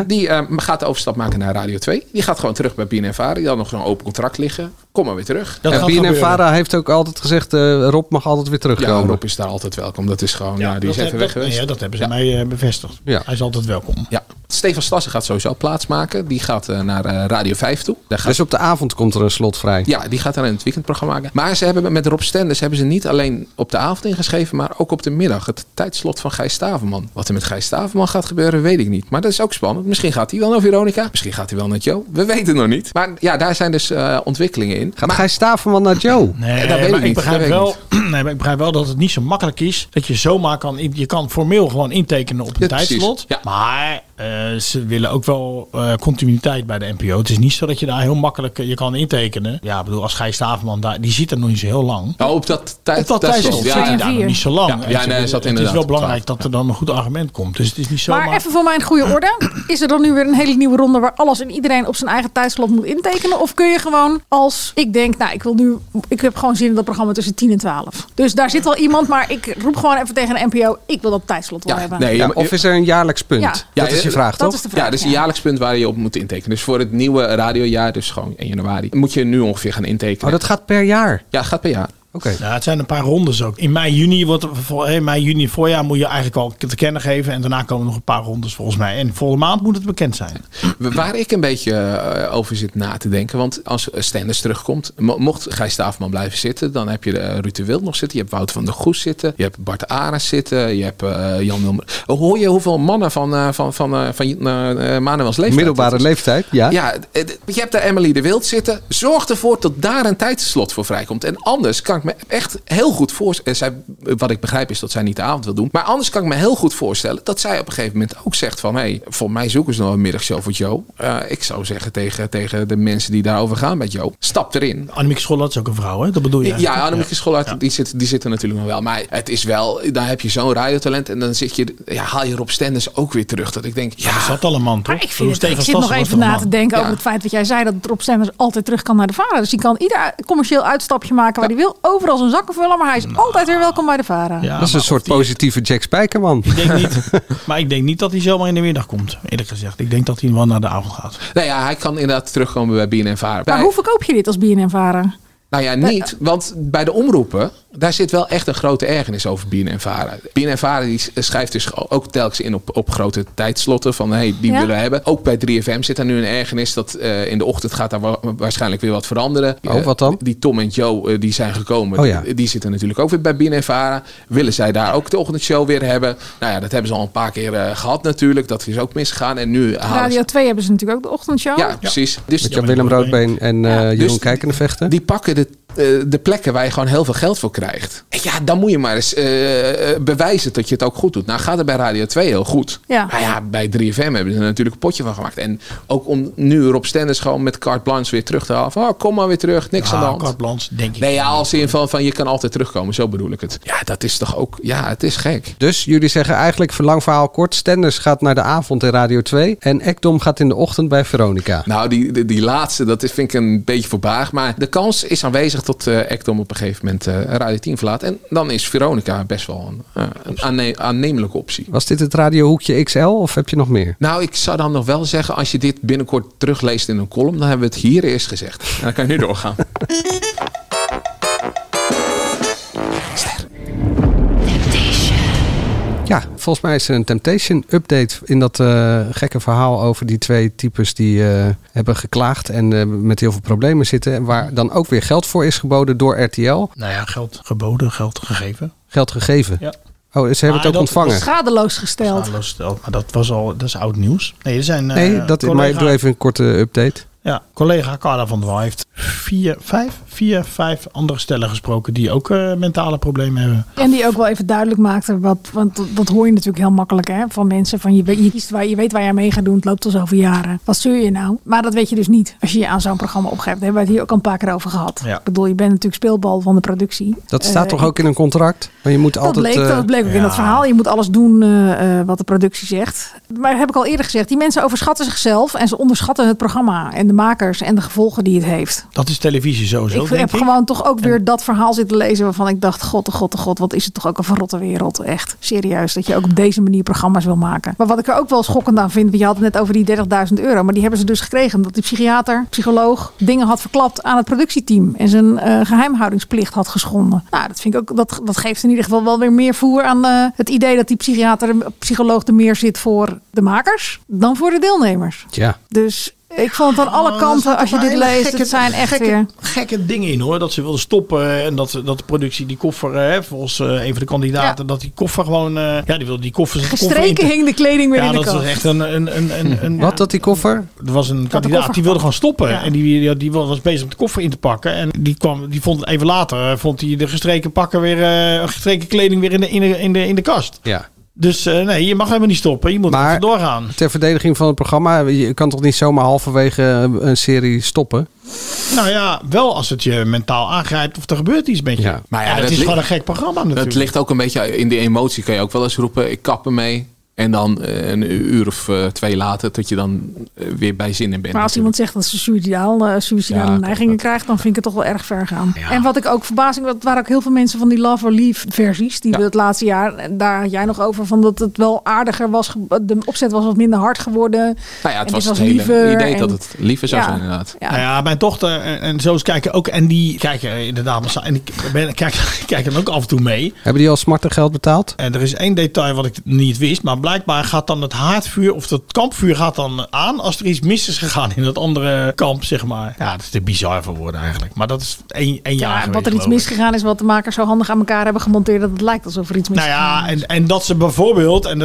Speaker 9: die eh, gaat de overstap maken naar Radio 2. Die gaat gewoon terug bij BNN Varen. Die had nog zo'n open contract liggen. Kom maar weer terug.
Speaker 8: en BNN Vara heeft ook altijd gezegd, eh, Rob mag altijd weer terugkomen.
Speaker 9: Ja, Rob is daar altijd welkom. Dat is gewoon, ja, die is
Speaker 13: dat
Speaker 9: even
Speaker 13: heb-
Speaker 9: weg geweest.
Speaker 13: nee, dat hebben ze mij eh, bevestigd. Hij is altijd welkom.
Speaker 9: Ja. Stefan Stassen gaat sowieso plaatsmaken. Die gaat eh, naar eh, Radio 5 toe. Daar gaat...
Speaker 8: Dus op de avond komt er een slot vrij.
Speaker 9: Ja, die gaat daar in het weekendprogramma maken. Maar ze hebben met Rob Stenders hebben ze niet alleen op de avond ingeschreven, maar ook op de middag. Het tijdslot van Gijs Staverman. Wat er met Gijs Staverman gaat gebeuren, weet ik niet. Maar dat is ook spannend. Misschien gaat hij wel naar Veronica. Misschien gaat hij wel naar Joe. We weten het nog niet. Maar ja, daar zijn dus eh, ontwikkelingen in. Gaat
Speaker 8: Gijs Staverman naar Joe?
Speaker 13: Nee,
Speaker 9: dat weet
Speaker 13: maar
Speaker 9: ik niet.
Speaker 13: begrijp
Speaker 9: Dat weet ik
Speaker 13: wel, nee, maar ik begrijp wel dat het niet zo makkelijk is. Dat je zomaar kan... in- Je kan formeel gewoon intekenen op een
Speaker 9: Ja, precies.
Speaker 13: tijdslot. Maar eh, ze willen ook wel eh, continuïteit bij de NPO. Het is niet zo dat je daar heel makkelijk eh, je kan intekenen. Ja, ik bedoel, als Gijs Staverman daar... Die zit er nog niet zo heel lang.
Speaker 9: Oh, op dat tijd.
Speaker 13: Op dat tijdslot zit hij daar nog niet zo lang.
Speaker 9: Ja, ja nee, hij zat
Speaker 13: het is
Speaker 9: inderdaad
Speaker 13: wel
Speaker 9: op
Speaker 13: belangrijk dat er dan een goed argument komt. Dus het is niet zomaar...
Speaker 10: Maar even voor mijn goede orde. Is er dan nu weer een hele nieuwe ronde waar alles en iedereen op zijn eigen tijdslot moet intekenen? Of kun je gewoon als ik denk, nou ik wil nu, ik heb gewoon zin in dat programma tussen 10 en 12. Dus daar zit wel iemand, maar ik roep gewoon even tegen de NPO, ik wil dat tijdslot wel hebben.
Speaker 9: nee,
Speaker 8: Ja,
Speaker 9: maar-
Speaker 8: of is er een jaarlijks punt?
Speaker 10: Ja. Ja,
Speaker 8: dat is je
Speaker 9: eh,
Speaker 8: vraag,
Speaker 10: dat
Speaker 8: toch?
Speaker 10: is de
Speaker 9: Ja, dat is een jaarlijks punt waar je op moet intekenen. Dus voor het nieuwe radiojaar, dus gewoon 1 januari, moet je nu ongeveer gaan intekenen.
Speaker 8: Oh, dat gaat per jaar?
Speaker 9: Ja, gaat per jaar.
Speaker 8: Oké.
Speaker 13: Ja, het zijn een paar rondes ook. In mei, juni, wordt, er voor- in mei, juni, voorjaar moet je eigenlijk al te kennen geven. En daarna komen nog een paar rondes volgens mij. En volgende maand moet het bekend zijn.
Speaker 9: W- Waar ik een beetje eh, over zit na te denken. Want als Stenders terugkomt, mo- mocht Gijs Staafman blijven zitten, dan heb je eh, Ruud de Wild nog zitten. Je hebt Wout van der Goes zitten. Je hebt Bart Ares zitten. Je hebt eh, Jan Wilmer. Hoor je hoeveel mannen van, eh, van, van, eh, van eh, Manuels leeftijd?
Speaker 8: Middelbare leeftijd, ja.
Speaker 9: Ja, het- het- je hebt daar Emily de Wild zitten. Zorg ervoor dat daar een tijdslot voor vrijkomt. En anders kan ik me echt heel goed voorstellen. Zij, wat ik begrijp is dat zij niet de avond wil doen. Maar anders kan ik me heel goed voorstellen dat zij op een gegeven moment ook zegt van... hé, hey, voor mij zoeken ze nog een middagshow voor Joe. Eh, ik zou zeggen tegen, tegen de mensen die daarover gaan met Joe... stap erin.
Speaker 13: Annemieke Schollert is ook een vrouw, hè? Dat bedoel je?
Speaker 9: Ja, Annemieke Schollaert, die, zit, die zit er natuurlijk nog wel. Maar het is wel, daar heb je zo'n radiotalent. En dan zit je, ja, haal je Rob Stenders ook weer terug. Dat ik denk, ja,
Speaker 13: dat zat al een man, toch?
Speaker 10: Maar ik, vind het- ik zit nog even na te denken over het feit wat jij zei... dat Rob Stemmers altijd terug kan naar de vader. Dus hij kan ieder commercieel uitstapje maken waar hij wil. Overal zijn zakken vullen, maar hij
Speaker 13: Nou.
Speaker 10: is altijd weer welkom bij de vader.
Speaker 8: dat
Speaker 9: Ah,
Speaker 8: is een soort positieve Jack Spijkerman.
Speaker 13: Ik denk niet, maar ik denk niet dat hij zomaar in de middag komt, eerlijk gezegd. Ik denk dat hij wel naar de avond gaat.
Speaker 9: Nou ja, hij kan inderdaad terugkomen bij BNNVARA.
Speaker 10: Maar
Speaker 9: Bij-
Speaker 10: hoe verkoop je dit als BNN-vader?
Speaker 9: Nou ja, niet. Want bij de omroepen, daar zit wel echt een grote ergernis over BNNVARA. BNNVARA die schrijft dus ook telkens in op, op grote tijdslotten van... hey, die
Speaker 15: Ja.
Speaker 9: willen we hebben. Ook bij 3FM zit daar nu een ergernis dat eh, in de ochtend gaat daar wa- waarschijnlijk weer wat veranderen.
Speaker 8: Oh, wat dan?
Speaker 9: Eh, die Tom en Joe eh, die zijn gekomen,
Speaker 8: Oh ja.
Speaker 9: die, die zitten natuurlijk ook weer bij BNNVARA. Willen zij daar ook de ochtendshow weer hebben? Nou ja, dat hebben ze al een paar keer eh, gehad natuurlijk. Dat is ook misgegaan. En nu halen ze
Speaker 10: Radio 2 hebben ze natuurlijk ook de ochtendshow.
Speaker 9: Ja, precies. Dus
Speaker 8: Met Jan Willem Roodbeen en eh Jeroen
Speaker 9: dus
Speaker 8: Kijkende vechten.
Speaker 9: Die pakken de, eh, de plekken waar je gewoon heel veel geld voor krijgt. En ja, dan moet je maar eens eh, eh, bewijzen dat je het ook goed doet. Nou gaat het bij Radio 2 heel goed.
Speaker 10: Ja.
Speaker 9: Maar ja, bij 3FM hebben ze er natuurlijk een potje van gemaakt. En ook om nu Rob Stenders gewoon met carte blanche weer terug te halen. Van, oh, kom maar weer terug, niks aan de hand.
Speaker 13: Ah, Carte blanche, denk ik.
Speaker 9: Nee, ja, als in van, van je kan altijd terugkomen, zo bedoel ik het. Ja, dat is toch ook, ja, het is gek.
Speaker 8: Dus jullie zeggen eigenlijk, voor lang verhaal kort... Stenders gaat naar de avond in Radio 2... en Ekdom gaat in de ochtend bij Veronica.
Speaker 9: Nou, die, die, die laatste, dat is, vind ik een beetje voorbaag. Maar de kans is aanwezig dat eh Ekdom op een gegeven moment eh Radio 10 verlaat. En dan is Veronica best wel een, eh, een aanne- aannemelijke optie.
Speaker 8: Was dit het radiohoekje XL of heb je nog meer?
Speaker 9: Nou, ik zou dan nog wel zeggen, als je dit binnenkort terugleest in een column, dan hebben we het hier eerst gezegd. En dan kan je nu doorgaan.
Speaker 8: Ja, volgens mij is er een Temptation update in dat eh, gekke verhaal over die twee types die eh, hebben geklaagd en eh, met heel veel problemen zitten. En Waar dan ook weer geld voor is geboden door RTL.
Speaker 13: Nou ja, geld geboden, geld gegeven.
Speaker 8: Geld gegeven.
Speaker 13: Ja.
Speaker 8: Oh,
Speaker 9: Ah,
Speaker 8: ze hebben het ook ontvangen.
Speaker 10: Schadeloos gesteld.
Speaker 13: Schadeloos gesteld, oh, maar dat was al, dat is oud nieuws. Nee, er zijn... eh,
Speaker 8: nee, dat, maar ik
Speaker 13: collega-
Speaker 8: doe even een korte update.
Speaker 13: Ja, collega Carla van der Waal heeft vier, vijf, vier, vijf andere stellen gesproken die ook eh, mentale problemen hebben.
Speaker 10: En die ook wel even duidelijk maakte, wat, want dat, dat hoor je natuurlijk heel makkelijk hè, van mensen. Van je, weet- je, kiest waar, je weet waar jij mee gaat doen, het loopt al zoveel jaren. Wat zeur je nou? Maar dat weet je dus niet als je je aan zo'n programma opgeeft. Daar hebben we het hier ook al een paar keer over gehad.
Speaker 8: Ja.
Speaker 10: Ik bedoel, je bent natuurlijk speelbal van de productie.
Speaker 8: Dat
Speaker 10: Eh,
Speaker 8: staat toch ook in een contract? Maar je moet
Speaker 10: dat
Speaker 8: altijd.
Speaker 10: bleek,
Speaker 8: eh,
Speaker 10: dat bleek ook in dat verhaal. Je moet alles doen eh, eh, wat de productie zegt. Maar heb ik al eerder gezegd, die mensen overschatten zichzelf en ze onderschatten het programma en de makers en de gevolgen die het heeft.
Speaker 13: Dat is televisie sowieso,
Speaker 10: ik
Speaker 13: denk
Speaker 10: heb
Speaker 13: ik.
Speaker 10: gewoon toch ook weer dat verhaal zitten lezen waarvan ik dacht: God, de God, de God, wat is het toch ook een verrotte wereld? Echt serieus, dat je ook op deze manier programma's wil maken. Maar wat ik er ook wel schokkend aan vind, want je had het net over die 30.000 euro, maar die hebben ze dus gekregen omdat die psychiater, psycholoog dingen had verklapt aan het productieteam en zijn eh, geheimhoudingsplicht had geschonden. Nou, dat vind ik ook, dat, dat geeft in ieder geval wel weer meer voer aan eh, het idee dat die psychiater, psycholoog er meer zit voor de makers dan voor de deelnemers.
Speaker 8: Ja.
Speaker 10: Dus. Ik vond het aan alle
Speaker 13: Oh, er
Speaker 10: kanten,
Speaker 13: zitten
Speaker 10: als je
Speaker 13: maar
Speaker 10: dit
Speaker 13: hele
Speaker 10: leest,
Speaker 13: gekke-
Speaker 10: het zijn echt
Speaker 13: gekke,
Speaker 10: weer...
Speaker 13: gekke dingen in hoor. Dat ze wilden stoppen en dat, dat de productie die koffer, hè, volgens eh, een van de kandidaten, dat die koffer gewoon. eh, ja, die wilde die koffer. koffer
Speaker 10: Gestreken
Speaker 13: in-
Speaker 10: hing de kleding weer
Speaker 13: ja,
Speaker 10: in de
Speaker 13: dat
Speaker 10: kast.
Speaker 13: was echt een. een, een, een, een
Speaker 8: Wat, dat die koffer?
Speaker 13: Er was een
Speaker 10: koffer
Speaker 13: kandidaat die wilde gewoon stoppen. En die, die, die was bezig om de koffer in te pakken. En die, kwam, die vond even later eh, vond hij de gestreken pakken weer. eh, gestreken kleding weer in de, in de, in de, in de kast.
Speaker 8: Ja.
Speaker 13: Dus eh, nee, je mag helemaal niet stoppen. Je moet even doorgaan.
Speaker 8: Ter verdediging van het programma, je kan toch niet zomaar halverwege eh, een serie stoppen?
Speaker 13: Nou ja, wel als het je mentaal aangrijpt of er gebeurt iets met je. Maar ja,
Speaker 9: dat
Speaker 13: het is
Speaker 9: li-
Speaker 13: gewoon een gek programma natuurlijk.
Speaker 9: Het ligt ook een beetje in die emotie. Kan je ook wel eens roepen, ik kap ermee. En dan eh, een uur of eh, twee later, dat je dan eh, weer bij zin in bent.
Speaker 10: Maar als iemand zegt dat ze suicidaal, eh, suicidale
Speaker 9: Ja, klopt,
Speaker 10: neigingen krijgt, dan vind ik het toch wel erg ver gaan. En wat ik ook verbazing, dat waren ook heel veel mensen van die Love or Leave versies, die we het laatste jaar, en daar had jij nog over, van dat het wel aardiger was, ge- de opzet was wat minder hard geworden.
Speaker 9: Nou ja,
Speaker 10: En
Speaker 9: het
Speaker 10: dit
Speaker 9: was het hele
Speaker 10: liever
Speaker 9: idee
Speaker 10: en-
Speaker 9: dat het liever zou
Speaker 10: Ja.
Speaker 9: zijn inderdaad.
Speaker 10: Ja.
Speaker 13: Nou ja, mijn dochter en, en zo's kijken ook. En die kijken eh, inderdaad. massaal. En ik ben, kijk, kijk hem ook af en toe mee.
Speaker 8: Hebben die al smarter geld betaald?
Speaker 13: En er is één detail wat ik niet wist. Maar blijkbaar gaat dan het haardvuur of dat kampvuur gaat dan aan als er iets mis is gegaan in dat andere kamp, zeg maar. Ja, dat is te bizar voor woorden eigenlijk. Maar dat is één, één jaar
Speaker 10: Ja,
Speaker 13: geweest,
Speaker 10: wat er iets
Speaker 13: geloof ik.
Speaker 10: misgegaan is, wat de makers zo handig aan elkaar hebben gemonteerd dat het lijkt alsof er iets
Speaker 13: Nou
Speaker 10: misgegaan
Speaker 13: ja, en, en dat ze bijvoorbeeld, en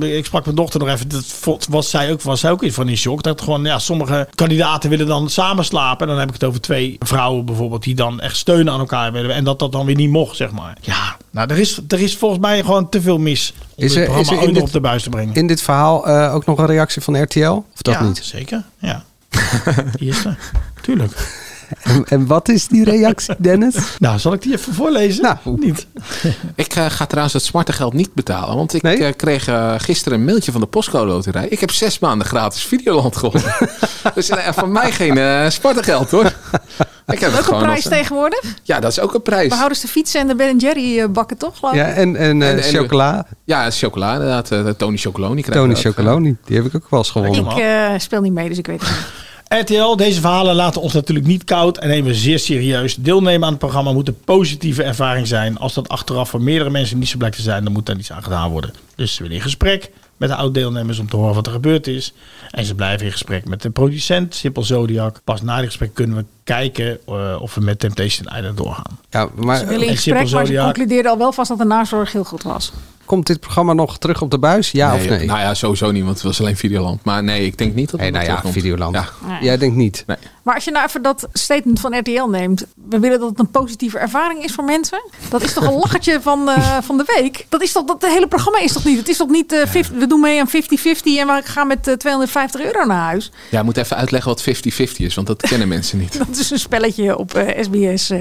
Speaker 13: eh, ik sprak mijn dochter nog even, dat vo- was zij ook, was zij ook iets van in shock. Dat gewoon, ja, sommige kandidaten willen dan samen slapen. En dan heb ik het over twee vrouwen bijvoorbeeld, die dan echt steun aan elkaar willen. En dat dat dan weer niet mocht, zeg maar. Ja, nou, er is, er is volgens mij gewoon te veel mis om
Speaker 8: Is
Speaker 13: dit
Speaker 8: er, is
Speaker 13: programma
Speaker 8: er
Speaker 13: ook
Speaker 8: in,
Speaker 13: nog op
Speaker 8: dit,
Speaker 13: de buis te brengen.
Speaker 8: in dit verhaal eh, ook nog een reactie van RTL? Of dat
Speaker 13: ja,
Speaker 8: niet?
Speaker 13: zeker. Ja. Die is er. Tuurlijk.
Speaker 8: En, en wat is die reactie, Dennis?
Speaker 13: nou, zal ik die even voorlezen?
Speaker 8: Nou,
Speaker 13: niet.
Speaker 9: Ik eh, ga trouwens het zwarte geld niet betalen. Want ik eh, kreeg eh, gisteren een mailtje van de Postcode Loterij. Ik heb zes maanden gratis Videoland gewonnen. dus eh, van mij geen eh zwarte geld hoor. Ik heb
Speaker 10: is.
Speaker 9: het
Speaker 10: Ook een
Speaker 9: gewoon
Speaker 10: prijs
Speaker 9: als een-
Speaker 10: tegenwoordig?
Speaker 9: Ja, dat is ook een prijs.
Speaker 10: We houden de fietsen en de Ben Jerry eh, bakken toch, geloof ik?
Speaker 9: En-
Speaker 8: eh,
Speaker 9: en- Ja, chocola inderdaad. Eh, Tony Chocoloni krijgt
Speaker 8: Tony
Speaker 9: dat. eh,
Speaker 8: Chocoloni, die heb ik ook wel eens gewonnen.
Speaker 10: Ik eh, speel niet mee, dus ik weet het niet.
Speaker 13: RTL, deze verhalen laten ons natuurlijk niet koud en nemen we zeer serieus. Deelnemen aan het programma moet een positieve ervaring zijn. Als dat achteraf voor meerdere mensen niet zo blijkt te zijn, dan moet daar iets aan gedaan worden. Dus ze willen in gesprek met de oud-deelnemers om te horen wat er gebeurd is. En ze blijven in gesprek met de producent, Simpel Zodiac. Pas na dit gesprek kunnen we kijken eh, of we met Temptation Island doorgaan.
Speaker 8: Ja, maar,
Speaker 10: Ze willen in gesprek, maar ze concludeerden al wel vast dat de nazorg heel goed was.
Speaker 8: Komt dit programma nog terug op de buis? Ja
Speaker 9: Nee,
Speaker 8: of nee?
Speaker 9: Nou ja, sowieso niet, want het was alleen Videoland. Maar nee, ik denk niet dat het
Speaker 8: nou ja,
Speaker 9: terugkomt.
Speaker 8: Videoland.
Speaker 9: Ja.
Speaker 10: Nee.
Speaker 8: Jij denkt niet.
Speaker 10: Maar als je nou even dat statement van RTL neemt. We willen dat het een positieve ervaring is voor mensen. Dat is toch een lachertje van, eh, van de week? Dat is toch, dat het hele programma is toch niet? Het is toch niet, eh, 50 we doen mee aan 50-50 en we gaan met eh, 250 euro naar huis.
Speaker 9: Ja, je moet even uitleggen wat 50-50 is, want dat kennen mensen niet.
Speaker 10: Dat is een spelletje op eh, SBS, eh,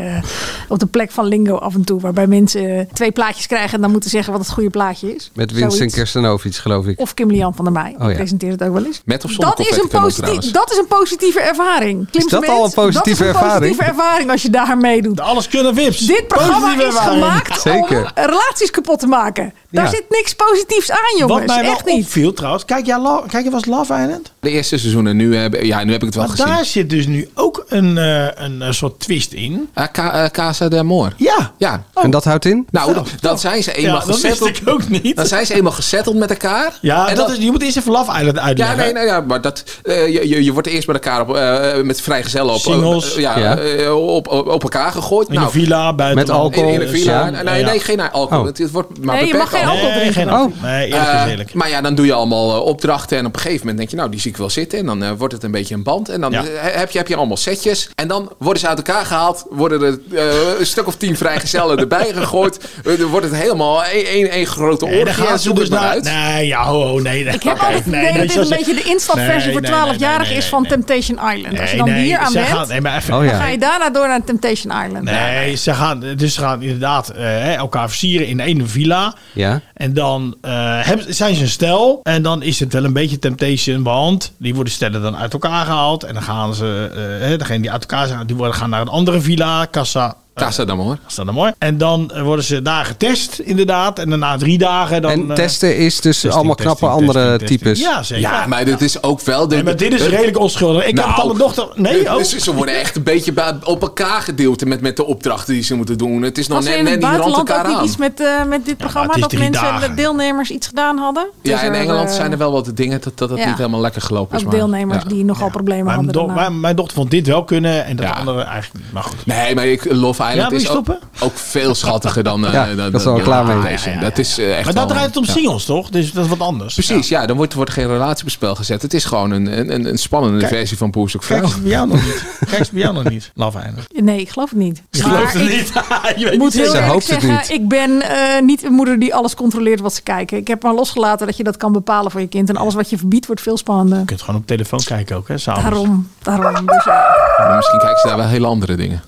Speaker 10: op de plek van Lingo af en toe. Waarbij mensen eh, twee plaatjes krijgen en dan moeten zeggen wat het goede plaatje is.
Speaker 8: Met Winston
Speaker 10: Zoiets.
Speaker 8: Kerstenovic, geloof ik.
Speaker 10: Of Kim Lian van der Meij.
Speaker 8: Oh
Speaker 10: Die
Speaker 8: ja.
Speaker 10: presenteert het ook wel eens.
Speaker 8: Met of zonder
Speaker 10: dat is,
Speaker 8: confetti
Speaker 10: een
Speaker 8: kanon
Speaker 10: positief-
Speaker 8: trouwens.
Speaker 10: dat is een positieve ervaring. Klinkt
Speaker 8: dat al een positieve
Speaker 10: dat is een positieve
Speaker 8: ervaring?
Speaker 10: ervaring als je daar meedoet.
Speaker 13: Alles kunnen wips.
Speaker 10: Dit programma
Speaker 13: Positieve
Speaker 10: is
Speaker 13: ervaring.
Speaker 10: gemaakt
Speaker 13: Zeker.
Speaker 10: om relaties kapot te maken. Daar
Speaker 13: Ja.
Speaker 10: zit niks positiefs aan, jongens.
Speaker 13: Wat mij wel
Speaker 10: Echt niet.
Speaker 13: opviel trouwens, kijk, jij, la- kijk, jij was Love Island?
Speaker 9: De eerste seizoenen nu hebben, ja, nu heb ik het wel
Speaker 13: Maar
Speaker 9: gezien.
Speaker 13: daar zit dus nu ook een, eh, een eh, soort twist in.
Speaker 9: Ah, Ka- eh, Casa de Amor.
Speaker 13: Ja.
Speaker 9: Ja.
Speaker 8: En dat houdt in?
Speaker 9: Nou, dan zijn ze eenmaal
Speaker 13: dat wist
Speaker 9: gezetteld.
Speaker 13: ik ook niet.
Speaker 9: Dan zijn ze Nou, eenmaal gezetteld met elkaar.
Speaker 13: Ja,
Speaker 9: En
Speaker 13: dat
Speaker 9: dan-
Speaker 13: is, je moet eerst even Love Island
Speaker 9: Ja,
Speaker 13: uitleggen.
Speaker 9: nee, nou ja, maar dat, eh, je, je, je wordt eerst met elkaar op, eh, met vrijgezellen op,
Speaker 13: Singles.
Speaker 9: eh, ja,
Speaker 13: Ja.
Speaker 9: eh, op, op, op elkaar gegooid.
Speaker 13: In een villa, buiten.
Speaker 9: Nou, Met alcohol. In, in een villa.
Speaker 13: Ja.
Speaker 9: Nee,
Speaker 13: Ja.
Speaker 9: nee, geen alcohol.
Speaker 13: Oh.
Speaker 9: Het, het wordt maar
Speaker 10: Nee, je mag
Speaker 9: beperkt
Speaker 10: geen alcohol
Speaker 13: Nee,
Speaker 10: drinken.
Speaker 13: geen alcohol. Nee, eerlijk
Speaker 9: Eh,
Speaker 13: is eerlijk.
Speaker 9: maar ja, dan doe je allemaal eh, opdrachten. En op een gegeven moment denk je, nou, die zie ik wel zitten. En dan eh, wordt het een beetje een band. En dan
Speaker 13: Ja.
Speaker 9: eh, heb, je, heb je allemaal setjes. En dan worden ze uit elkaar gehaald. Worden er eh, een stuk of tien vrijgezellen erbij gegooid. Eh, dan wordt het helemaal één- één één grote
Speaker 13: Nee,
Speaker 9: orde.
Speaker 13: dan gaan ze dus naar... Nee, ja, ho, ho, nee. nee.
Speaker 10: Ik heb
Speaker 13: Oké,
Speaker 10: altijd het idee dat dit
Speaker 13: zou
Speaker 10: een
Speaker 13: ze-
Speaker 10: beetje de instapversie
Speaker 13: Nee,
Speaker 10: voor
Speaker 13: nee,
Speaker 10: 12-jarigen
Speaker 13: nee, nee,
Speaker 10: is van Temptation Island. Als je dan
Speaker 13: nee,
Speaker 10: hier aan
Speaker 13: zij
Speaker 10: bent,
Speaker 13: gaan- nee, maar even-
Speaker 10: dan
Speaker 13: Oh, ja.
Speaker 10: ga je daarna door naar Temptation Island.
Speaker 13: Nee, ze gaan, dus ze gaan inderdaad eh, hè, elkaar versieren in één villa.
Speaker 8: Ja.
Speaker 13: En dan eh, hebben, zijn ze een stel. En dan is het wel een beetje temptation. Want die worden stellen dan uit elkaar gehaald. En dan gaan ze, eh, hè, degene die uit elkaar zijn, die worden, gaan naar een andere villa. Casa.
Speaker 9: Casa d'Amor.
Speaker 13: Casa d'Amor. En dan eh, worden ze daar getest, inderdaad. En dan na drie dagen dan...
Speaker 8: En
Speaker 13: eh,
Speaker 8: testen is dus allemaal knappe andere types.
Speaker 13: Ja, zeker.
Speaker 9: Ja, maar Nou, dit is ook wel... De,
Speaker 13: Nee, maar dit is redelijk onschuldig. Ik heb het al mijn dochter... Nee, ook.
Speaker 9: dus ze worden echt een beetje ba- op elkaar gedeeld met, met de opdrachten die ze moeten doen. Het is nog
Speaker 10: Was er
Speaker 9: net,
Speaker 10: in
Speaker 9: net
Speaker 10: het
Speaker 9: die rand
Speaker 10: buitenland
Speaker 9: elkaar
Speaker 10: ook niet
Speaker 9: aan.
Speaker 10: iets met, eh, met dit programma?
Speaker 9: het is
Speaker 10: Dat
Speaker 9: drie
Speaker 10: mensen,
Speaker 9: dagen.
Speaker 10: de deelnemers iets gedaan hadden?
Speaker 9: Ja,
Speaker 10: Dus
Speaker 9: in
Speaker 10: er,
Speaker 9: Engeland
Speaker 10: eh,
Speaker 9: zijn er wel wat dingen dat dat, dat
Speaker 10: ja.
Speaker 9: niet helemaal lekker gelopen is.
Speaker 10: Ook
Speaker 9: maar-
Speaker 10: deelnemers
Speaker 9: ja.
Speaker 10: die nogal problemen
Speaker 13: Mijn,
Speaker 10: hadden.
Speaker 13: do-
Speaker 10: daarna.
Speaker 13: mijn, mijn dochter vond dit wel kunnen en dat andere eigenlijk niet. Maar goed.
Speaker 9: Nee, maar ik, Love Island
Speaker 13: wil je
Speaker 9: is ook,
Speaker 13: stoppen?
Speaker 9: ook veel schattiger dan... eh,
Speaker 8: Ja,
Speaker 9: dan-
Speaker 8: dat
Speaker 9: dan-
Speaker 8: is wel
Speaker 9: dan-
Speaker 8: klaar mee.
Speaker 9: dan- Dat is eh,
Speaker 13: maar
Speaker 9: echt
Speaker 13: dat
Speaker 9: wel-
Speaker 13: draait het om
Speaker 9: ja.
Speaker 13: singles, toch? Dus dat is wat anders.
Speaker 9: Precies, ja. dan wordt, wordt geen relatie op spel gezet. Het is gewoon een, een- een, een spannende
Speaker 13: Kijk-
Speaker 9: versie van Boer Zoekt Vrouw.
Speaker 13: Kijk, ze bij jou nog niet. Kijk, ze bij jou nog niet. Love Island.
Speaker 10: Nee, ik geloof het niet.
Speaker 13: Je
Speaker 10: Maar
Speaker 13: gelooft het
Speaker 10: ik
Speaker 13: niet. je weet
Speaker 10: moet
Speaker 13: niet
Speaker 10: heel
Speaker 13: zeker.
Speaker 10: eerlijk zeggen, ik ben eh, niet een moeder die alles controleert wat ze kijken. Ik heb maar losgelaten dat je dat kan bepalen voor je kind. En alles wat je verbiedt wordt veel spannender.
Speaker 13: Je kunt gewoon op telefoon kijken ook, hè? S'avonds.
Speaker 10: Daarom, daarom. Dus ja.
Speaker 9: Maar misschien kijken ze daar wel hele andere dingen.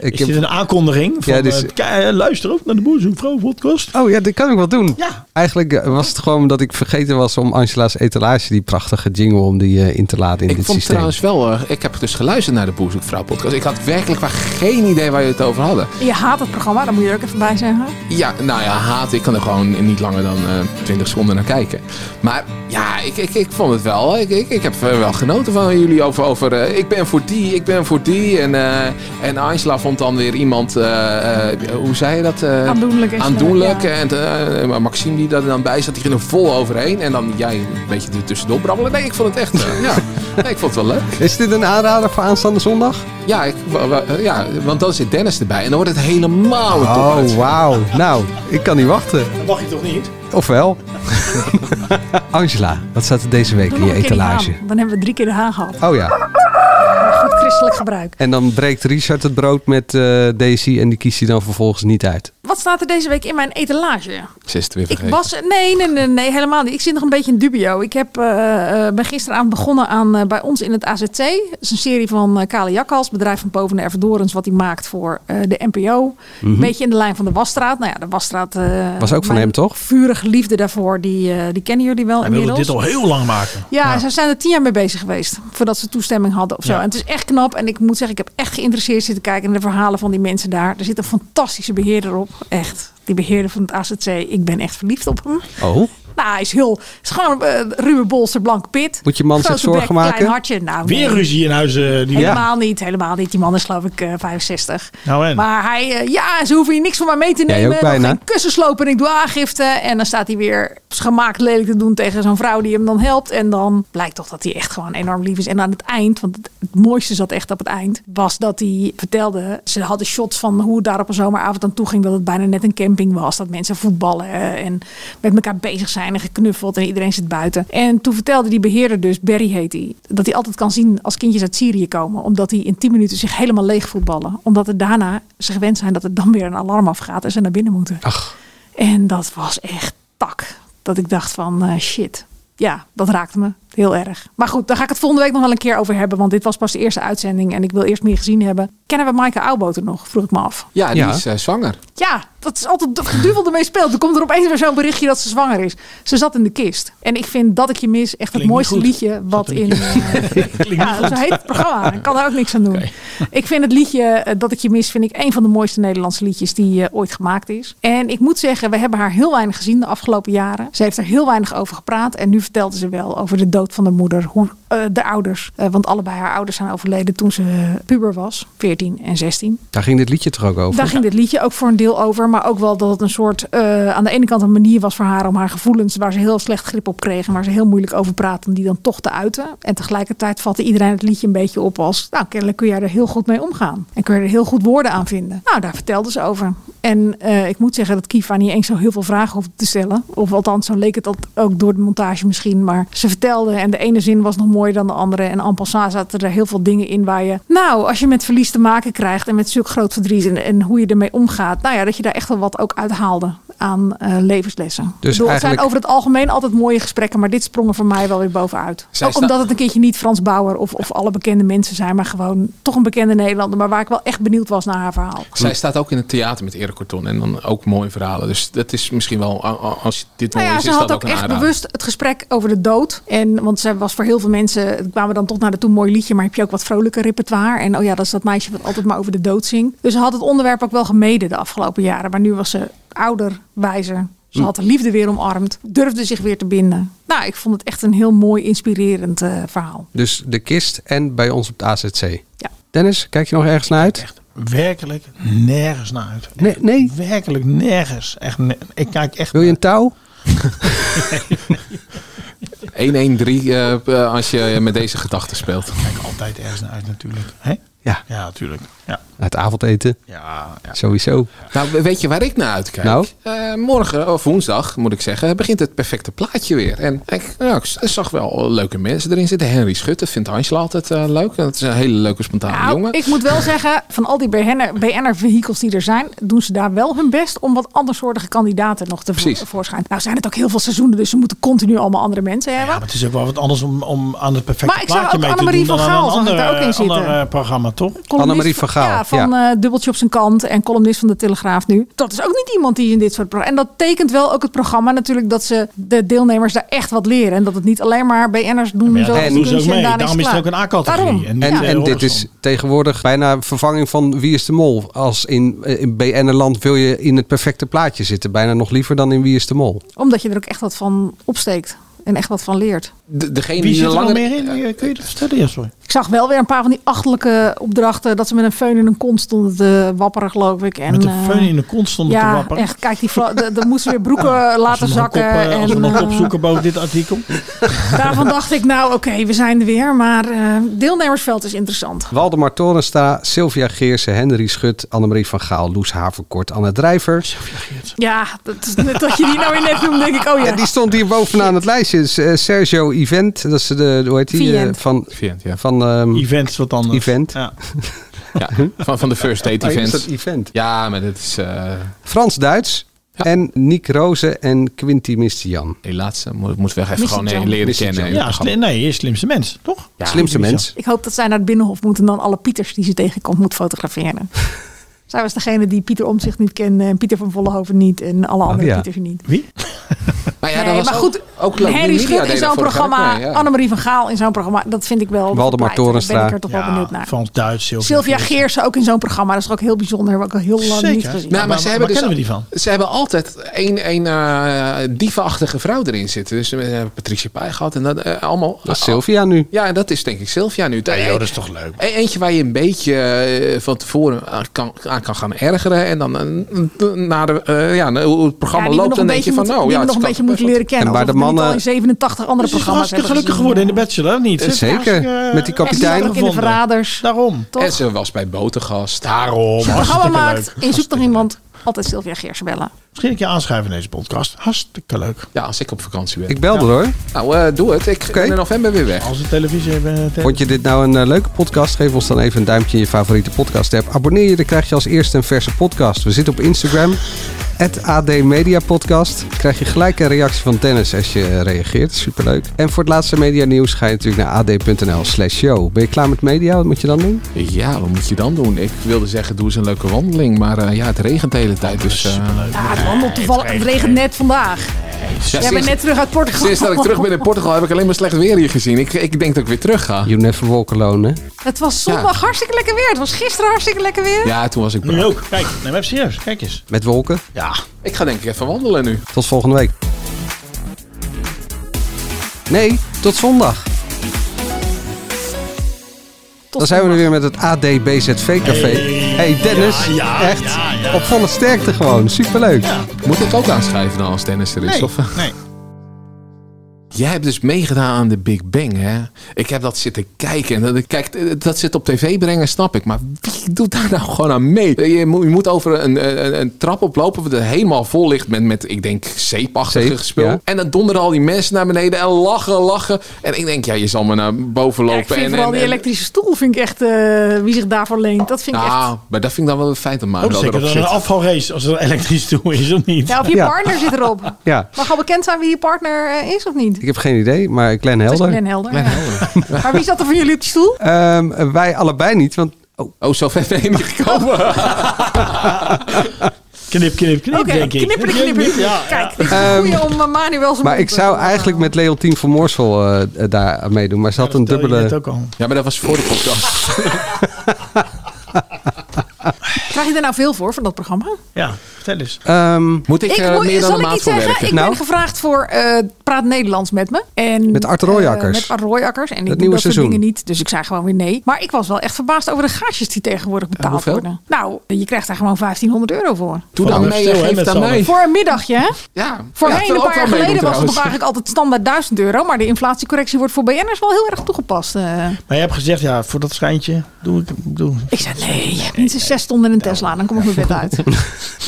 Speaker 13: Ik is dit een aankondiging? Van,
Speaker 8: Ja,
Speaker 13: ja,
Speaker 8: dus-
Speaker 13: luister ook naar de Boerzoekvrouw podcast.
Speaker 8: Oh ja, dit kan ik wel doen.
Speaker 13: Ja.
Speaker 8: Eigenlijk eh, was het gewoon dat ik vergeten was om Angela's etalage, die prachtige jingle, om die eh, in te laden in
Speaker 9: Ik
Speaker 8: dit
Speaker 9: vond
Speaker 8: systeem.
Speaker 9: trouwens wel... eh, ik heb dus geluisterd naar de Boer Zoekt Vrouw podcast. Ik had werkelijk waar geen idee waar je het over hadden.
Speaker 10: Je haat het programma, daar moet je er ook even bij zeggen.
Speaker 9: Ja, nou ja, haat. Ik kan er gewoon niet langer dan eh 20 seconden naar kijken. Maar ja, ik, ik, ik vond het wel. Ik, ik, ik heb er wel genoten van jullie over. over eh, ik ben voor die, ik ben voor die. En, eh, en Angela vond komt dan weer iemand, eh, eh, hoe zei je dat? eh,
Speaker 10: Aandoenlijk en snel,
Speaker 9: Aandoenlijk.
Speaker 10: ja.
Speaker 9: En eh, maar Maxime die daar dan bij zat, die ging er vol overheen. En dan jij een beetje er tussendoor brabbelen. Nee, ik vond het echt, eh, ja. Nee, ik vond het wel leuk.
Speaker 8: Is dit een aanrader voor aanstaande zondag?
Speaker 9: Ja, ik, wa- wa- ja, want dan zit Dennis erbij. En dan wordt het helemaal een
Speaker 8: Oh,
Speaker 9: topper.
Speaker 8: wauw. Nou, ik kan niet wachten.
Speaker 13: Dat mag je toch niet?
Speaker 10: Oh,
Speaker 8: Ofwel. Angela, wat staat er deze week
Speaker 10: Doe
Speaker 8: in
Speaker 10: nog
Speaker 8: je
Speaker 10: een keer die
Speaker 8: etalage?
Speaker 10: haan. Dan hebben we drie keer de haan gehad.
Speaker 8: Oh ja.
Speaker 10: Goed christelijk gebruik.
Speaker 8: En dan breekt Richard het brood met eh, Daisy en die kiest hij dan vervolgens niet uit.
Speaker 10: Wat staat er deze week in mijn etalage?
Speaker 9: Ze is het weer
Speaker 10: Ik was, nee, nee, nee, nee, helemaal niet. Ik zit nog een beetje in dubio. Ik heb, eh, eh, ben gisteravond begonnen aan eh, bij ons in het AZC. Dat is een serie van eh, Kale Jakhals, bedrijf van Boven de Ervedorens, wat hij maakt voor eh, de NPO.
Speaker 8: Mhm.
Speaker 10: Een beetje in de lijn van de Wasstraat. Nou ja, de Wasstraat... eh,
Speaker 8: Was ook van
Speaker 10: mijn
Speaker 8: hem, toch?
Speaker 10: Vurige liefde daarvoor, die, eh, die kennen jullie wel
Speaker 13: Hij wilde
Speaker 10: inmiddels. Oh,
Speaker 13: dit al heel lang maken.
Speaker 10: Ja, ze zijn er tien jaar mee bezig geweest. Voordat ze toestemming hadden of zo.
Speaker 13: Ja.
Speaker 10: En het is echt knap. En ik moet zeggen, ik heb echt geïnteresseerd zitten kijken naar de verhalen van die mensen daar. Er zit een fantastische beheerder op. Echt. Die beheerder van het AZC. Ik ben echt verliefd op hem.
Speaker 8: Oh?
Speaker 10: Nou, hij is heel. Het is gewoon een ruwe bolster, blank pit.
Speaker 8: Moet je man
Speaker 10: Grote
Speaker 8: zich zorgen
Speaker 10: bek, klein
Speaker 8: maken?
Speaker 10: hartje. Nou,
Speaker 13: Weer
Speaker 10: nee.
Speaker 13: ruzie in huizen. eh, Die
Speaker 10: Helemaal niet, helemaal niet. Die man is geloof ik eh, 65.
Speaker 13: Nou en?
Speaker 10: Maar hij, eh, ja, ze hoeven hier niks van mij mee te
Speaker 13: Jij
Speaker 10: nemen.
Speaker 13: ook
Speaker 10: Nog
Speaker 13: bijna.
Speaker 10: Geen kussens lopen en ik doe aangifte. En dan staat hij weer gemaakt lelijk te doen tegen zo'n vrouw die hem dan helpt. En dan blijkt toch dat hij echt gewoon enorm lief is. En aan het eind, want het, het mooiste zat echt op het eind, was dat hij vertelde. Ze hadden shots van hoe het daar op een zomeravond aan toe ging. Dat het bijna net een camping was. Dat mensen voetballen eh, en met elkaar bezig zijn en geknuffeld. En iedereen zit buiten. En toen vertelde die beheerder dus, Barry heet hij, dat hij altijd kan zien als kindjes uit Syrië komen. Omdat die in 10 minuten zich helemaal leeg voetballen. Omdat er daarna ze gewend zijn dat er dan weer een alarm afgaat en ze naar binnen moeten.
Speaker 8: Ach.
Speaker 10: En dat was echt tak. Dat ik dacht van eh, shit. Ja, dat raakte me heel erg. Maar goed, daar ga ik het volgende week nog wel een keer over hebben. Want dit was pas de eerste uitzending en ik wil eerst meer gezien hebben. Kennen we Maaike Oudboter nog? Vroeg ik me af.
Speaker 9: Ja, die
Speaker 8: Ja.
Speaker 9: is eh, zwanger.
Speaker 10: Ja, dat is altijd de duvel ermee speelt. Dan komt er opeens weer zo'n berichtje dat ze zwanger is. Ze zat in de kist. En ik vind Dat ik je mis echt het
Speaker 13: Klinkt
Speaker 10: mooiste
Speaker 13: niet goed.
Speaker 10: liedje wat in... eh, ja, zo heet het programma. Ik kan daar ook niks aan doen. Ik vind het liedje eh, Dat ik je mis, vind ik een van de mooiste Nederlandse liedjes die eh, ooit gemaakt is. En ik moet zeggen, we hebben haar heel weinig gezien de afgelopen jaren. Ze heeft er heel weinig over gepraat. En nu vertelde ze wel over de dood van de moeder, hoe, eh, de ouders. Eh, want allebei haar ouders zijn overleden toen ze puber was, 14 en 16.
Speaker 8: Daar ging dit liedje toch ook over?
Speaker 10: Daar ging dit liedje ook voor een deel over. Maar ook wel dat het een soort, eh, aan de ene kant een manier was voor haar om haar gevoelens, waar ze heel slecht grip op kreeg en waar ze heel moeilijk over praatte, om die dan toch te uiten. En tegelijkertijd vatte iedereen het liedje een beetje op als, nou kennelijk kun jij er heel goed mee omgaan. En kun je er heel goed woorden aan vinden. Nou, daar vertelde ze over. En eh, ik moet zeggen dat Kiva niet eens zo heel veel vragen hoefde te stellen. Of althans, zo leek het dat ook door de montage misschien. Maar ze vertelde en de ene zin was nog mooier dan de andere. En en passant zaten er heel veel dingen in waar je... Nou, als je met verlies te maken krijgt en met zulk groot verdriet en, en hoe je ermee omgaat. Nou ja, dat je daar echt wel wat ook uithaalde aan eh, levenslessen.
Speaker 9: Dus
Speaker 10: Ik bedoel, Het zijn
Speaker 8: eigenlijk-
Speaker 10: over het algemeen altijd mooie gesprekken, maar dit sprong er voor mij wel weer bovenuit.
Speaker 9: Zij
Speaker 10: ook
Speaker 9: sta-
Speaker 10: omdat het een keertje niet Frans Bauer of, of alle bekende mensen zijn, maar gewoon toch een bekende Nederlander. Maar waar ik wel echt benieuwd was naar haar verhaal.
Speaker 9: Zij staat ook in het theater met Erik Corton en dan ook mooie verhalen. Dus dat is misschien wel, a- a- als je dit wel
Speaker 10: Nou ja,
Speaker 9: is,
Speaker 10: ze
Speaker 9: is dat
Speaker 10: had
Speaker 9: ook
Speaker 10: ook
Speaker 9: een
Speaker 10: echt
Speaker 9: aanrader.
Speaker 10: bewust het gesprek over de dood. En, want ze was voor heel veel mensen, het kwamen we dan toch naar de toen mooi liedje, maar heb je ook wat vrolijker repertoire. En oh ja, dat is dat meisje wat altijd maar over de dood zingt. Dus ze had het onderwerp ook wel gemeden de afgelopen jaren. Maar nu was ze ouder, wijzer. Ze had de liefde weer omarmd, durfde zich weer te binden. Nou, ik vond het echt een heel mooi, inspirerend eh, verhaal.
Speaker 8: Dus de kist en bij ons op het AZC.
Speaker 10: Ja.
Speaker 8: Dennis, kijk je nog ergens naar uit?
Speaker 13: Werkelijk nergens naar uit.
Speaker 8: Nee, nee.
Speaker 13: Werkelijk nergens. Echt ne- ik kijk echt.
Speaker 8: Wil je een touw?
Speaker 9: 113 eh, eh, als je met deze gedachten speelt.
Speaker 13: Altijd ergens naar uit natuurlijk. Hè?
Speaker 8: Ja.
Speaker 13: Ja, natuurlijk. Ja.
Speaker 8: Naar het avondeten?
Speaker 13: Ja.
Speaker 8: Sowieso.
Speaker 9: Nou, we- weet je waar ik naar uitkijk?
Speaker 8: Nou?
Speaker 9: Eh, morgen, of woensdag moet ik zeggen, begint het perfecte plaatje weer. En ik, nou, ik zag wel leuke mensen erin zitten. Henry Schutte vindt Angela altijd eh, leuk. Dat is een hele leuke, spontane
Speaker 10: Nou,
Speaker 9: jongen.
Speaker 10: ik moet wel zeggen, van al die BN'er BN'er-vehikels die er zijn, doen ze daar wel hun best om wat andersoortige kandidaten nog te vo-
Speaker 13: Precies.
Speaker 10: voorschijn. Nou zijn het ook heel veel seizoenen, dus ze moeten continu allemaal andere mensen hebben.
Speaker 13: Maar het is ook wel wat anders om, om aan het perfecte
Speaker 10: Maar ik zag
Speaker 13: plaatje
Speaker 10: ook
Speaker 13: mee te
Speaker 10: Annemarie
Speaker 13: doen dan
Speaker 10: van
Speaker 13: aan een
Speaker 10: Gaal zag ik
Speaker 13: ander,
Speaker 10: daar ook in
Speaker 13: ander,
Speaker 10: zitten.
Speaker 13: eh, programma, toch?
Speaker 10: columnist
Speaker 8: Annemarie van Gaal,
Speaker 10: Ja, van eh, Dubbeltje op zijn kant en columnist van de Telegraaf nu. Dat is ook niet iemand die in dit soort programma. En dat tekent wel ook het programma natuurlijk dat ze de deelnemers daar echt wat leren. En dat het niet alleen maar BN'ers doen.
Speaker 13: ja,
Speaker 10: zo
Speaker 13: dat
Speaker 10: een
Speaker 13: doen ze ook
Speaker 10: kunstje en
Speaker 13: mee.
Speaker 10: daarna
Speaker 13: Daarom is het ook
Speaker 10: klaar.
Speaker 13: een A-categorie.
Speaker 10: Daarom.
Speaker 13: En niet,
Speaker 8: En,
Speaker 13: eh,
Speaker 8: en dit
Speaker 13: Robinson.
Speaker 8: is tegenwoordig bijna vervanging van Wie is de Mol. Als in, eh, in BN'er-land wil je in het perfecte plaatje zitten. Bijna nog liever dan in Wie is de Mol.
Speaker 10: Omdat je er ook echt wat van opsteekt en echt wat van leert.
Speaker 9: de, degene
Speaker 13: Wie
Speaker 9: die
Speaker 13: zit
Speaker 9: de
Speaker 13: er nog
Speaker 9: langere...
Speaker 13: meer in? Eh, Kun je dat vertellen? Ja, sorry.
Speaker 10: Ik zag wel weer een paar van die achterlijke opdrachten. Dat ze met een feun in een kont stonden te wapperen, geloof ik. En,
Speaker 13: Met een
Speaker 10: eh,
Speaker 13: feun in de kont stonden
Speaker 10: ja,
Speaker 13: te wapperen.
Speaker 10: echt. Kijk, die vrouw- de- dan moesten ze weer broeken laten
Speaker 13: Als we nog een
Speaker 10: zakken.
Speaker 13: kop, eh,
Speaker 10: en,
Speaker 13: als we nog
Speaker 10: eh,
Speaker 13: opzoeken boven dit artikel.
Speaker 10: daarvan dacht ik, nou oké, we zijn er weer. Maar eh, deelnemersveld is interessant.
Speaker 8: Waldemar Torenstra, Sylvia Geersen, Henry Schut, Annemarie van Gaal, Loes Havenkort, Anne Drijver.
Speaker 10: Ja, dat, is net dat je die nou weer net noemt, denk ik, oh ja.
Speaker 8: Die stond hier bovenaan het lijstje. S- eh, Sergio Event, dat is de, hoe heet die? eh,
Speaker 10: Vient.
Speaker 8: Van, van, ehm,
Speaker 13: Events, wat anders.
Speaker 8: Event.
Speaker 9: Ja, van, van de first date
Speaker 8: Oh, is
Speaker 9: events.
Speaker 8: dat event?
Speaker 9: Ja, maar dat is... eh
Speaker 8: Frans-Duits. En Nick Rozen en Quinty Mistian.
Speaker 9: Die laatste moet, moet weg even gewoon eh, leren kennen. in het
Speaker 13: Ja,
Speaker 9: programma.
Speaker 13: sli- nee, je slimste mens, toch?
Speaker 8: Slimste mens.
Speaker 10: Ik hoop dat zij naar het Binnenhof moet en dan alle Pieters die ze tegenkomt moet fotograferen. Zij was degene die Pieter Omtzigt niet kende en Pieter van Vollenhoven niet en alle andere
Speaker 9: ja.
Speaker 10: Pieters niet.
Speaker 13: Wie?
Speaker 9: Maar ja,
Speaker 10: Nee,
Speaker 9: dat was
Speaker 10: maar
Speaker 9: ook-
Speaker 10: goed,
Speaker 9: ook leuk.
Speaker 10: Henry
Speaker 9: Media
Speaker 10: Schut
Speaker 9: deed
Speaker 10: in
Speaker 9: dat
Speaker 10: zo'n
Speaker 9: vorig jaar ook
Speaker 10: programma,
Speaker 9: mee, ja.
Speaker 10: Annemarie van Gaal in zo'n programma, dat vind ik wel.
Speaker 8: Waldemar
Speaker 10: verpleit. Daar ben
Speaker 8: Torenstra.
Speaker 10: ik er toch wel benieuwd naar.
Speaker 13: Frans Duits, Sylvia.
Speaker 10: Sylvia Geersen ook in zo'n programma, dat is toch ook heel bijzonder, hebben we ook al heel lang niet gezien.
Speaker 9: Nou, maar ze hebben dus
Speaker 13: kennen we die van?
Speaker 9: Ze hebben altijd één, één eh dievenachtige vrouw erin zitten. Dus we hebben Patricia Pai gehad en dat eh, allemaal.
Speaker 8: Dat is Sylvia nu.
Speaker 9: Ja, dat is denk ik Sylvia nu. Ja,
Speaker 13: joh, dat is toch leuk.
Speaker 9: eentje waar je een beetje eh, van tevoren aan kan, aan kan gaan ergeren. En dan eh, na de, eh, ja, na- hoe het programma
Speaker 10: die we
Speaker 9: loopt,
Speaker 10: nog
Speaker 9: dan
Speaker 10: een
Speaker 9: denk je
Speaker 10: beetje
Speaker 9: van
Speaker 10: moeten-
Speaker 9: nou
Speaker 10: die
Speaker 9: ja,
Speaker 10: we
Speaker 9: het
Speaker 10: nog een
Speaker 9: kan-
Speaker 10: beetje moeten leren kennen.
Speaker 8: En bij de
Speaker 10: alsof we niet
Speaker 8: mannen-
Speaker 10: al in 87 andere
Speaker 13: Ze is
Speaker 10: programma's
Speaker 13: hartstikke gelukkig
Speaker 10: hebben gezien.
Speaker 13: geworden in de Bachelor, of niet?
Speaker 8: Eh,
Speaker 13: Ze is
Speaker 8: zeker.
Speaker 13: hartstikke,
Speaker 8: Met die
Speaker 13: eh,
Speaker 8: kapitein.
Speaker 13: echt
Speaker 10: Ook in de
Speaker 13: gevonden.
Speaker 10: Verraders.
Speaker 13: Daarom.
Speaker 10: Toch?
Speaker 9: En ze was bij Botergast.
Speaker 13: Daarom.
Speaker 10: programma
Speaker 13: Hartstikke
Speaker 10: maakt,
Speaker 13: leuk.
Speaker 10: in zoek naar iemand, altijd Sylvia Geersen bellen.
Speaker 13: Misschien een keer aanschuiven in deze podcast. Hartstikke leuk.
Speaker 9: Ja, als ik op vakantie ben.
Speaker 8: Ik belde hoor.
Speaker 9: Nou, eh, doe het. Ik ben in november weer weg.
Speaker 13: Als de televisie hebben...
Speaker 8: Vond je dit nou een eh, leuke podcast? Geef ons dan even een duimpje in je favoriete podcast app. Abonneer je, dan krijg je als eerste een verse podcast. We zitten op Instagram, het AD Media Podcast. Krijg je gelijk een reactie van Dennis als je eh, reageert. Superleuk. En voor het laatste media nieuws ga je natuurlijk naar ad.nl slash show. Ben je klaar met media? Wat moet je dan doen?
Speaker 9: Ja, wat moet je dan doen? Ik wilde zeggen, doe eens een leuke wandeling. Maar eh, ja, het regent de hele tijd. Dus, eh,
Speaker 10: Ja, het wandelt toevallig. Het regent net vandaag.
Speaker 9: ja,
Speaker 10: Jij bent
Speaker 9: sinds-
Speaker 10: net terug uit Portugal.
Speaker 9: Sinds dat ik terug ben in Portugal heb ik alleen maar slecht weer hier gezien. Ik, ik denk dat ik weer terug ga.
Speaker 8: You never walk alone, hè?
Speaker 10: Het was zondag hartstikke lekker weer. Het was gisteren hartstikke lekker weer.
Speaker 9: Ja, toen was ik
Speaker 13: Nu ook. Kijk, neem even serieus. Kijk eens.
Speaker 8: Met wolken.
Speaker 13: Ja.
Speaker 9: Ik ga denk ik even wandelen nu.
Speaker 8: Tot volgende week. Nee, tot zondag. Dan zijn we er weer met het AD BZV Café. Hey, Dennis,
Speaker 13: Ja, ja,
Speaker 8: echt
Speaker 13: ja, ja.
Speaker 8: op volle sterkte gewoon. Superleuk.
Speaker 9: Moet ik ook aanschrijven dan als Dennis er is?
Speaker 13: Nee,
Speaker 9: Of? eh?
Speaker 13: nee.
Speaker 9: Jij hebt dus meegedaan aan de Big Bang, hè? Ik heb dat zitten kijken. En dat- Kijk, dat zit op tv brengen, snap ik. Maar wie doet daar nou gewoon aan mee? Je moet, je moet over een, een, een trap oplopen... wat er helemaal vol ligt met, met ik denk, zeepachtige
Speaker 8: Zeep,
Speaker 9: spul.
Speaker 8: ja.
Speaker 9: En dan donderen al die mensen naar beneden en lachen, lachen. En ik denk, ja, je zal maar naar boven
Speaker 10: Ja, ik
Speaker 9: lopen.
Speaker 10: vind
Speaker 9: en,
Speaker 10: vooral
Speaker 9: en-
Speaker 10: die
Speaker 9: en-
Speaker 10: elektrische stoel vind ik echt... eh, wie zich daarvoor leent, dat vind ik echt...
Speaker 9: Nou, maar dat vind ik dan wel een feit te maken.
Speaker 13: Oh,
Speaker 9: dat
Speaker 13: zeker
Speaker 9: erop
Speaker 13: dan een
Speaker 9: zit.
Speaker 13: afvalrace als er een elektrisch toe is of niet.
Speaker 10: Ja, of je partner zit erop.
Speaker 8: Ja,
Speaker 10: Mag al bekend zijn wie je partner eh, is of niet?
Speaker 8: ik heb geen idee, maar Glenn
Speaker 10: Dat is
Speaker 8: Helder.
Speaker 10: Glenn Helder, ja. Maar wie zat er van jullie op die stoel?
Speaker 8: Ehm, wij allebei niet, want... Oh,
Speaker 9: zo ver ben je niet gekomen.
Speaker 13: Knip, knip, knip,
Speaker 10: Oké,
Speaker 13: denk ik.
Speaker 10: knipperen, knipperen.
Speaker 13: Ja,
Speaker 10: Kijk, dit is een goeie om eh, Manuel zijn
Speaker 8: Ehm, Maar
Speaker 10: mond
Speaker 8: ik zou eigenlijk met Leontien van Moorsel eh, eh, daar aan meedoen. Maar ze had een
Speaker 13: vertelde je net
Speaker 8: dubbele...
Speaker 13: ook al.
Speaker 9: Ja, maar dat was voor de podcast.
Speaker 10: Krijg je er nou veel voor, van dat programma?
Speaker 13: Ja, vertel eens.
Speaker 8: Ehm,
Speaker 9: Moet ik,
Speaker 10: Ik,
Speaker 9: eh,
Speaker 10: moet-
Speaker 9: meer dan
Speaker 10: zal
Speaker 9: een
Speaker 10: ik
Speaker 9: maand
Speaker 10: iets
Speaker 9: voor
Speaker 10: zeggen?
Speaker 9: werken?
Speaker 10: Ik ben gevraagd voor eh, Praat Nederlands met me. En,
Speaker 8: Met Art
Speaker 10: eh,
Speaker 8: Rooijakkers.
Speaker 10: met Art Rooijakkers. En ik doe
Speaker 8: nieuwe
Speaker 10: dat soort
Speaker 8: seizoen.
Speaker 10: dingen niet. Dus ik zei gewoon weer nee. Maar ik was wel echt verbaasd over de gaasjes die tegenwoordig betaald
Speaker 9: hoeveel?
Speaker 10: worden. Nou, je krijgt daar gewoon 1500 euro voor.
Speaker 9: Doe dan
Speaker 13: Vanaf
Speaker 9: mee
Speaker 13: stil,
Speaker 9: en
Speaker 13: hè,
Speaker 9: geef
Speaker 13: met
Speaker 9: dan
Speaker 13: z'n allen.
Speaker 9: mee.
Speaker 10: Voor een middagje, hè?
Speaker 9: Ja.
Speaker 10: Voorheen,
Speaker 9: Ja, wil
Speaker 10: een
Speaker 9: ook
Speaker 10: paar
Speaker 9: wel
Speaker 10: jaar
Speaker 9: meedoen
Speaker 10: geleden was het
Speaker 9: trouwens.
Speaker 10: toch eigenlijk altijd standaard 1000 euro. Maar de inflatiecorrectie wordt voor BN'ers wel heel erg toegepast. eh.
Speaker 13: Maar je hebt gezegd, ja, voor dat schijntje doe ik... Doe.
Speaker 10: Ik zei, nee, minstens zes stonden in een Tesla. Dan kom ik mijn bed uit.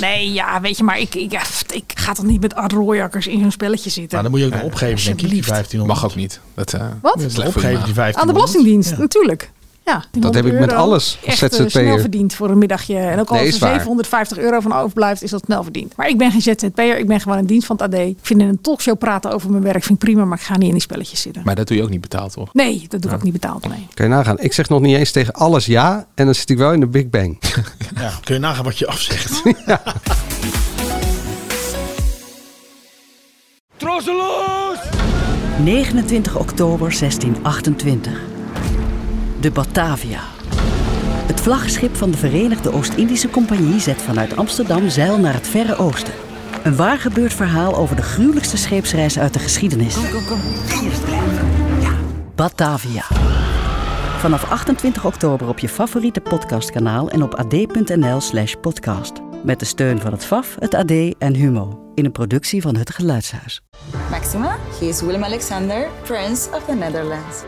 Speaker 10: Nee, ja, weet je, maar ik, ik, ja, pff, ik ga toch niet met Art Rooijakkers in zo'n spelletje zitten.
Speaker 13: Maar dan moet je ook nog opgeven, denk ik, die
Speaker 10: Alsjeblieft.
Speaker 13: 1500.
Speaker 9: Mag ook niet. Dat, eh, is
Speaker 10: Wat?
Speaker 9: slecht voor je
Speaker 13: Opgeven,
Speaker 9: maag.
Speaker 13: die 1500.
Speaker 10: Aan de Belastingdienst, natuurlijk. Ja, die
Speaker 8: Dat heb
Speaker 10: 100
Speaker 8: ik met
Speaker 10: euro.
Speaker 8: alles als
Speaker 10: Echt eh, snel
Speaker 8: ZZP'er.
Speaker 10: verdiend voor een middagje. En ook al
Speaker 8: Nee,
Speaker 10: als
Speaker 8: is
Speaker 10: er
Speaker 8: waar.
Speaker 10: 750 euro van overblijft, is dat snel verdiend. Maar ik ben geen ZZP'er, ik ben gewoon een dienst van het AD. Ik vind in een talkshow praten over mijn werk vind ik prima, maar ik ga niet in die spelletjes zitten.
Speaker 9: Maar dat doe je ook niet betaald, toch?
Speaker 10: Nee, dat doe ik ook niet betaald, nee.
Speaker 8: Kan je nagaan. Ik zeg nog niet eens tegen alles ja. En dan zit ik wel in de Big Bang.
Speaker 13: Ja, kun je nagaan wat je afzegt.
Speaker 15: Trosseloos! 29 oktober 1628. De Batavia. Het vlaggenschip van de Verenigde Oost-Indische Compagnie zet vanuit Amsterdam zeil naar het Verre Oosten. Een waargebeurd verhaal over de gruwelijkste scheepsreis uit de geschiedenis.
Speaker 16: Kom, kom, kom. Eerst blijven.
Speaker 15: Batavia. Vanaf 28 oktober op je favoriete podcastkanaal en op ad.nl/slash podcast. Met de steun van het FAF, het AD en Humo. In een productie van het Geluidshuis.
Speaker 1: Maxima, he is Willem Alexander, Prince of the Netherlands.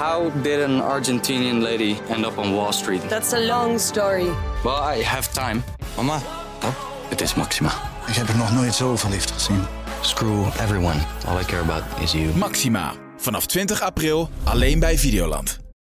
Speaker 2: How did an Argentinian lady end up on Wall Street?
Speaker 16: That's a long story.
Speaker 2: Well, I have time. Mama, oh, it is Maxima.
Speaker 17: Ik heb er nog nooit zoveel liefde gezien.
Speaker 2: Screw everyone. All I care about is you.
Speaker 7: Maxima, vanaf 20 april alleen bij Videoland.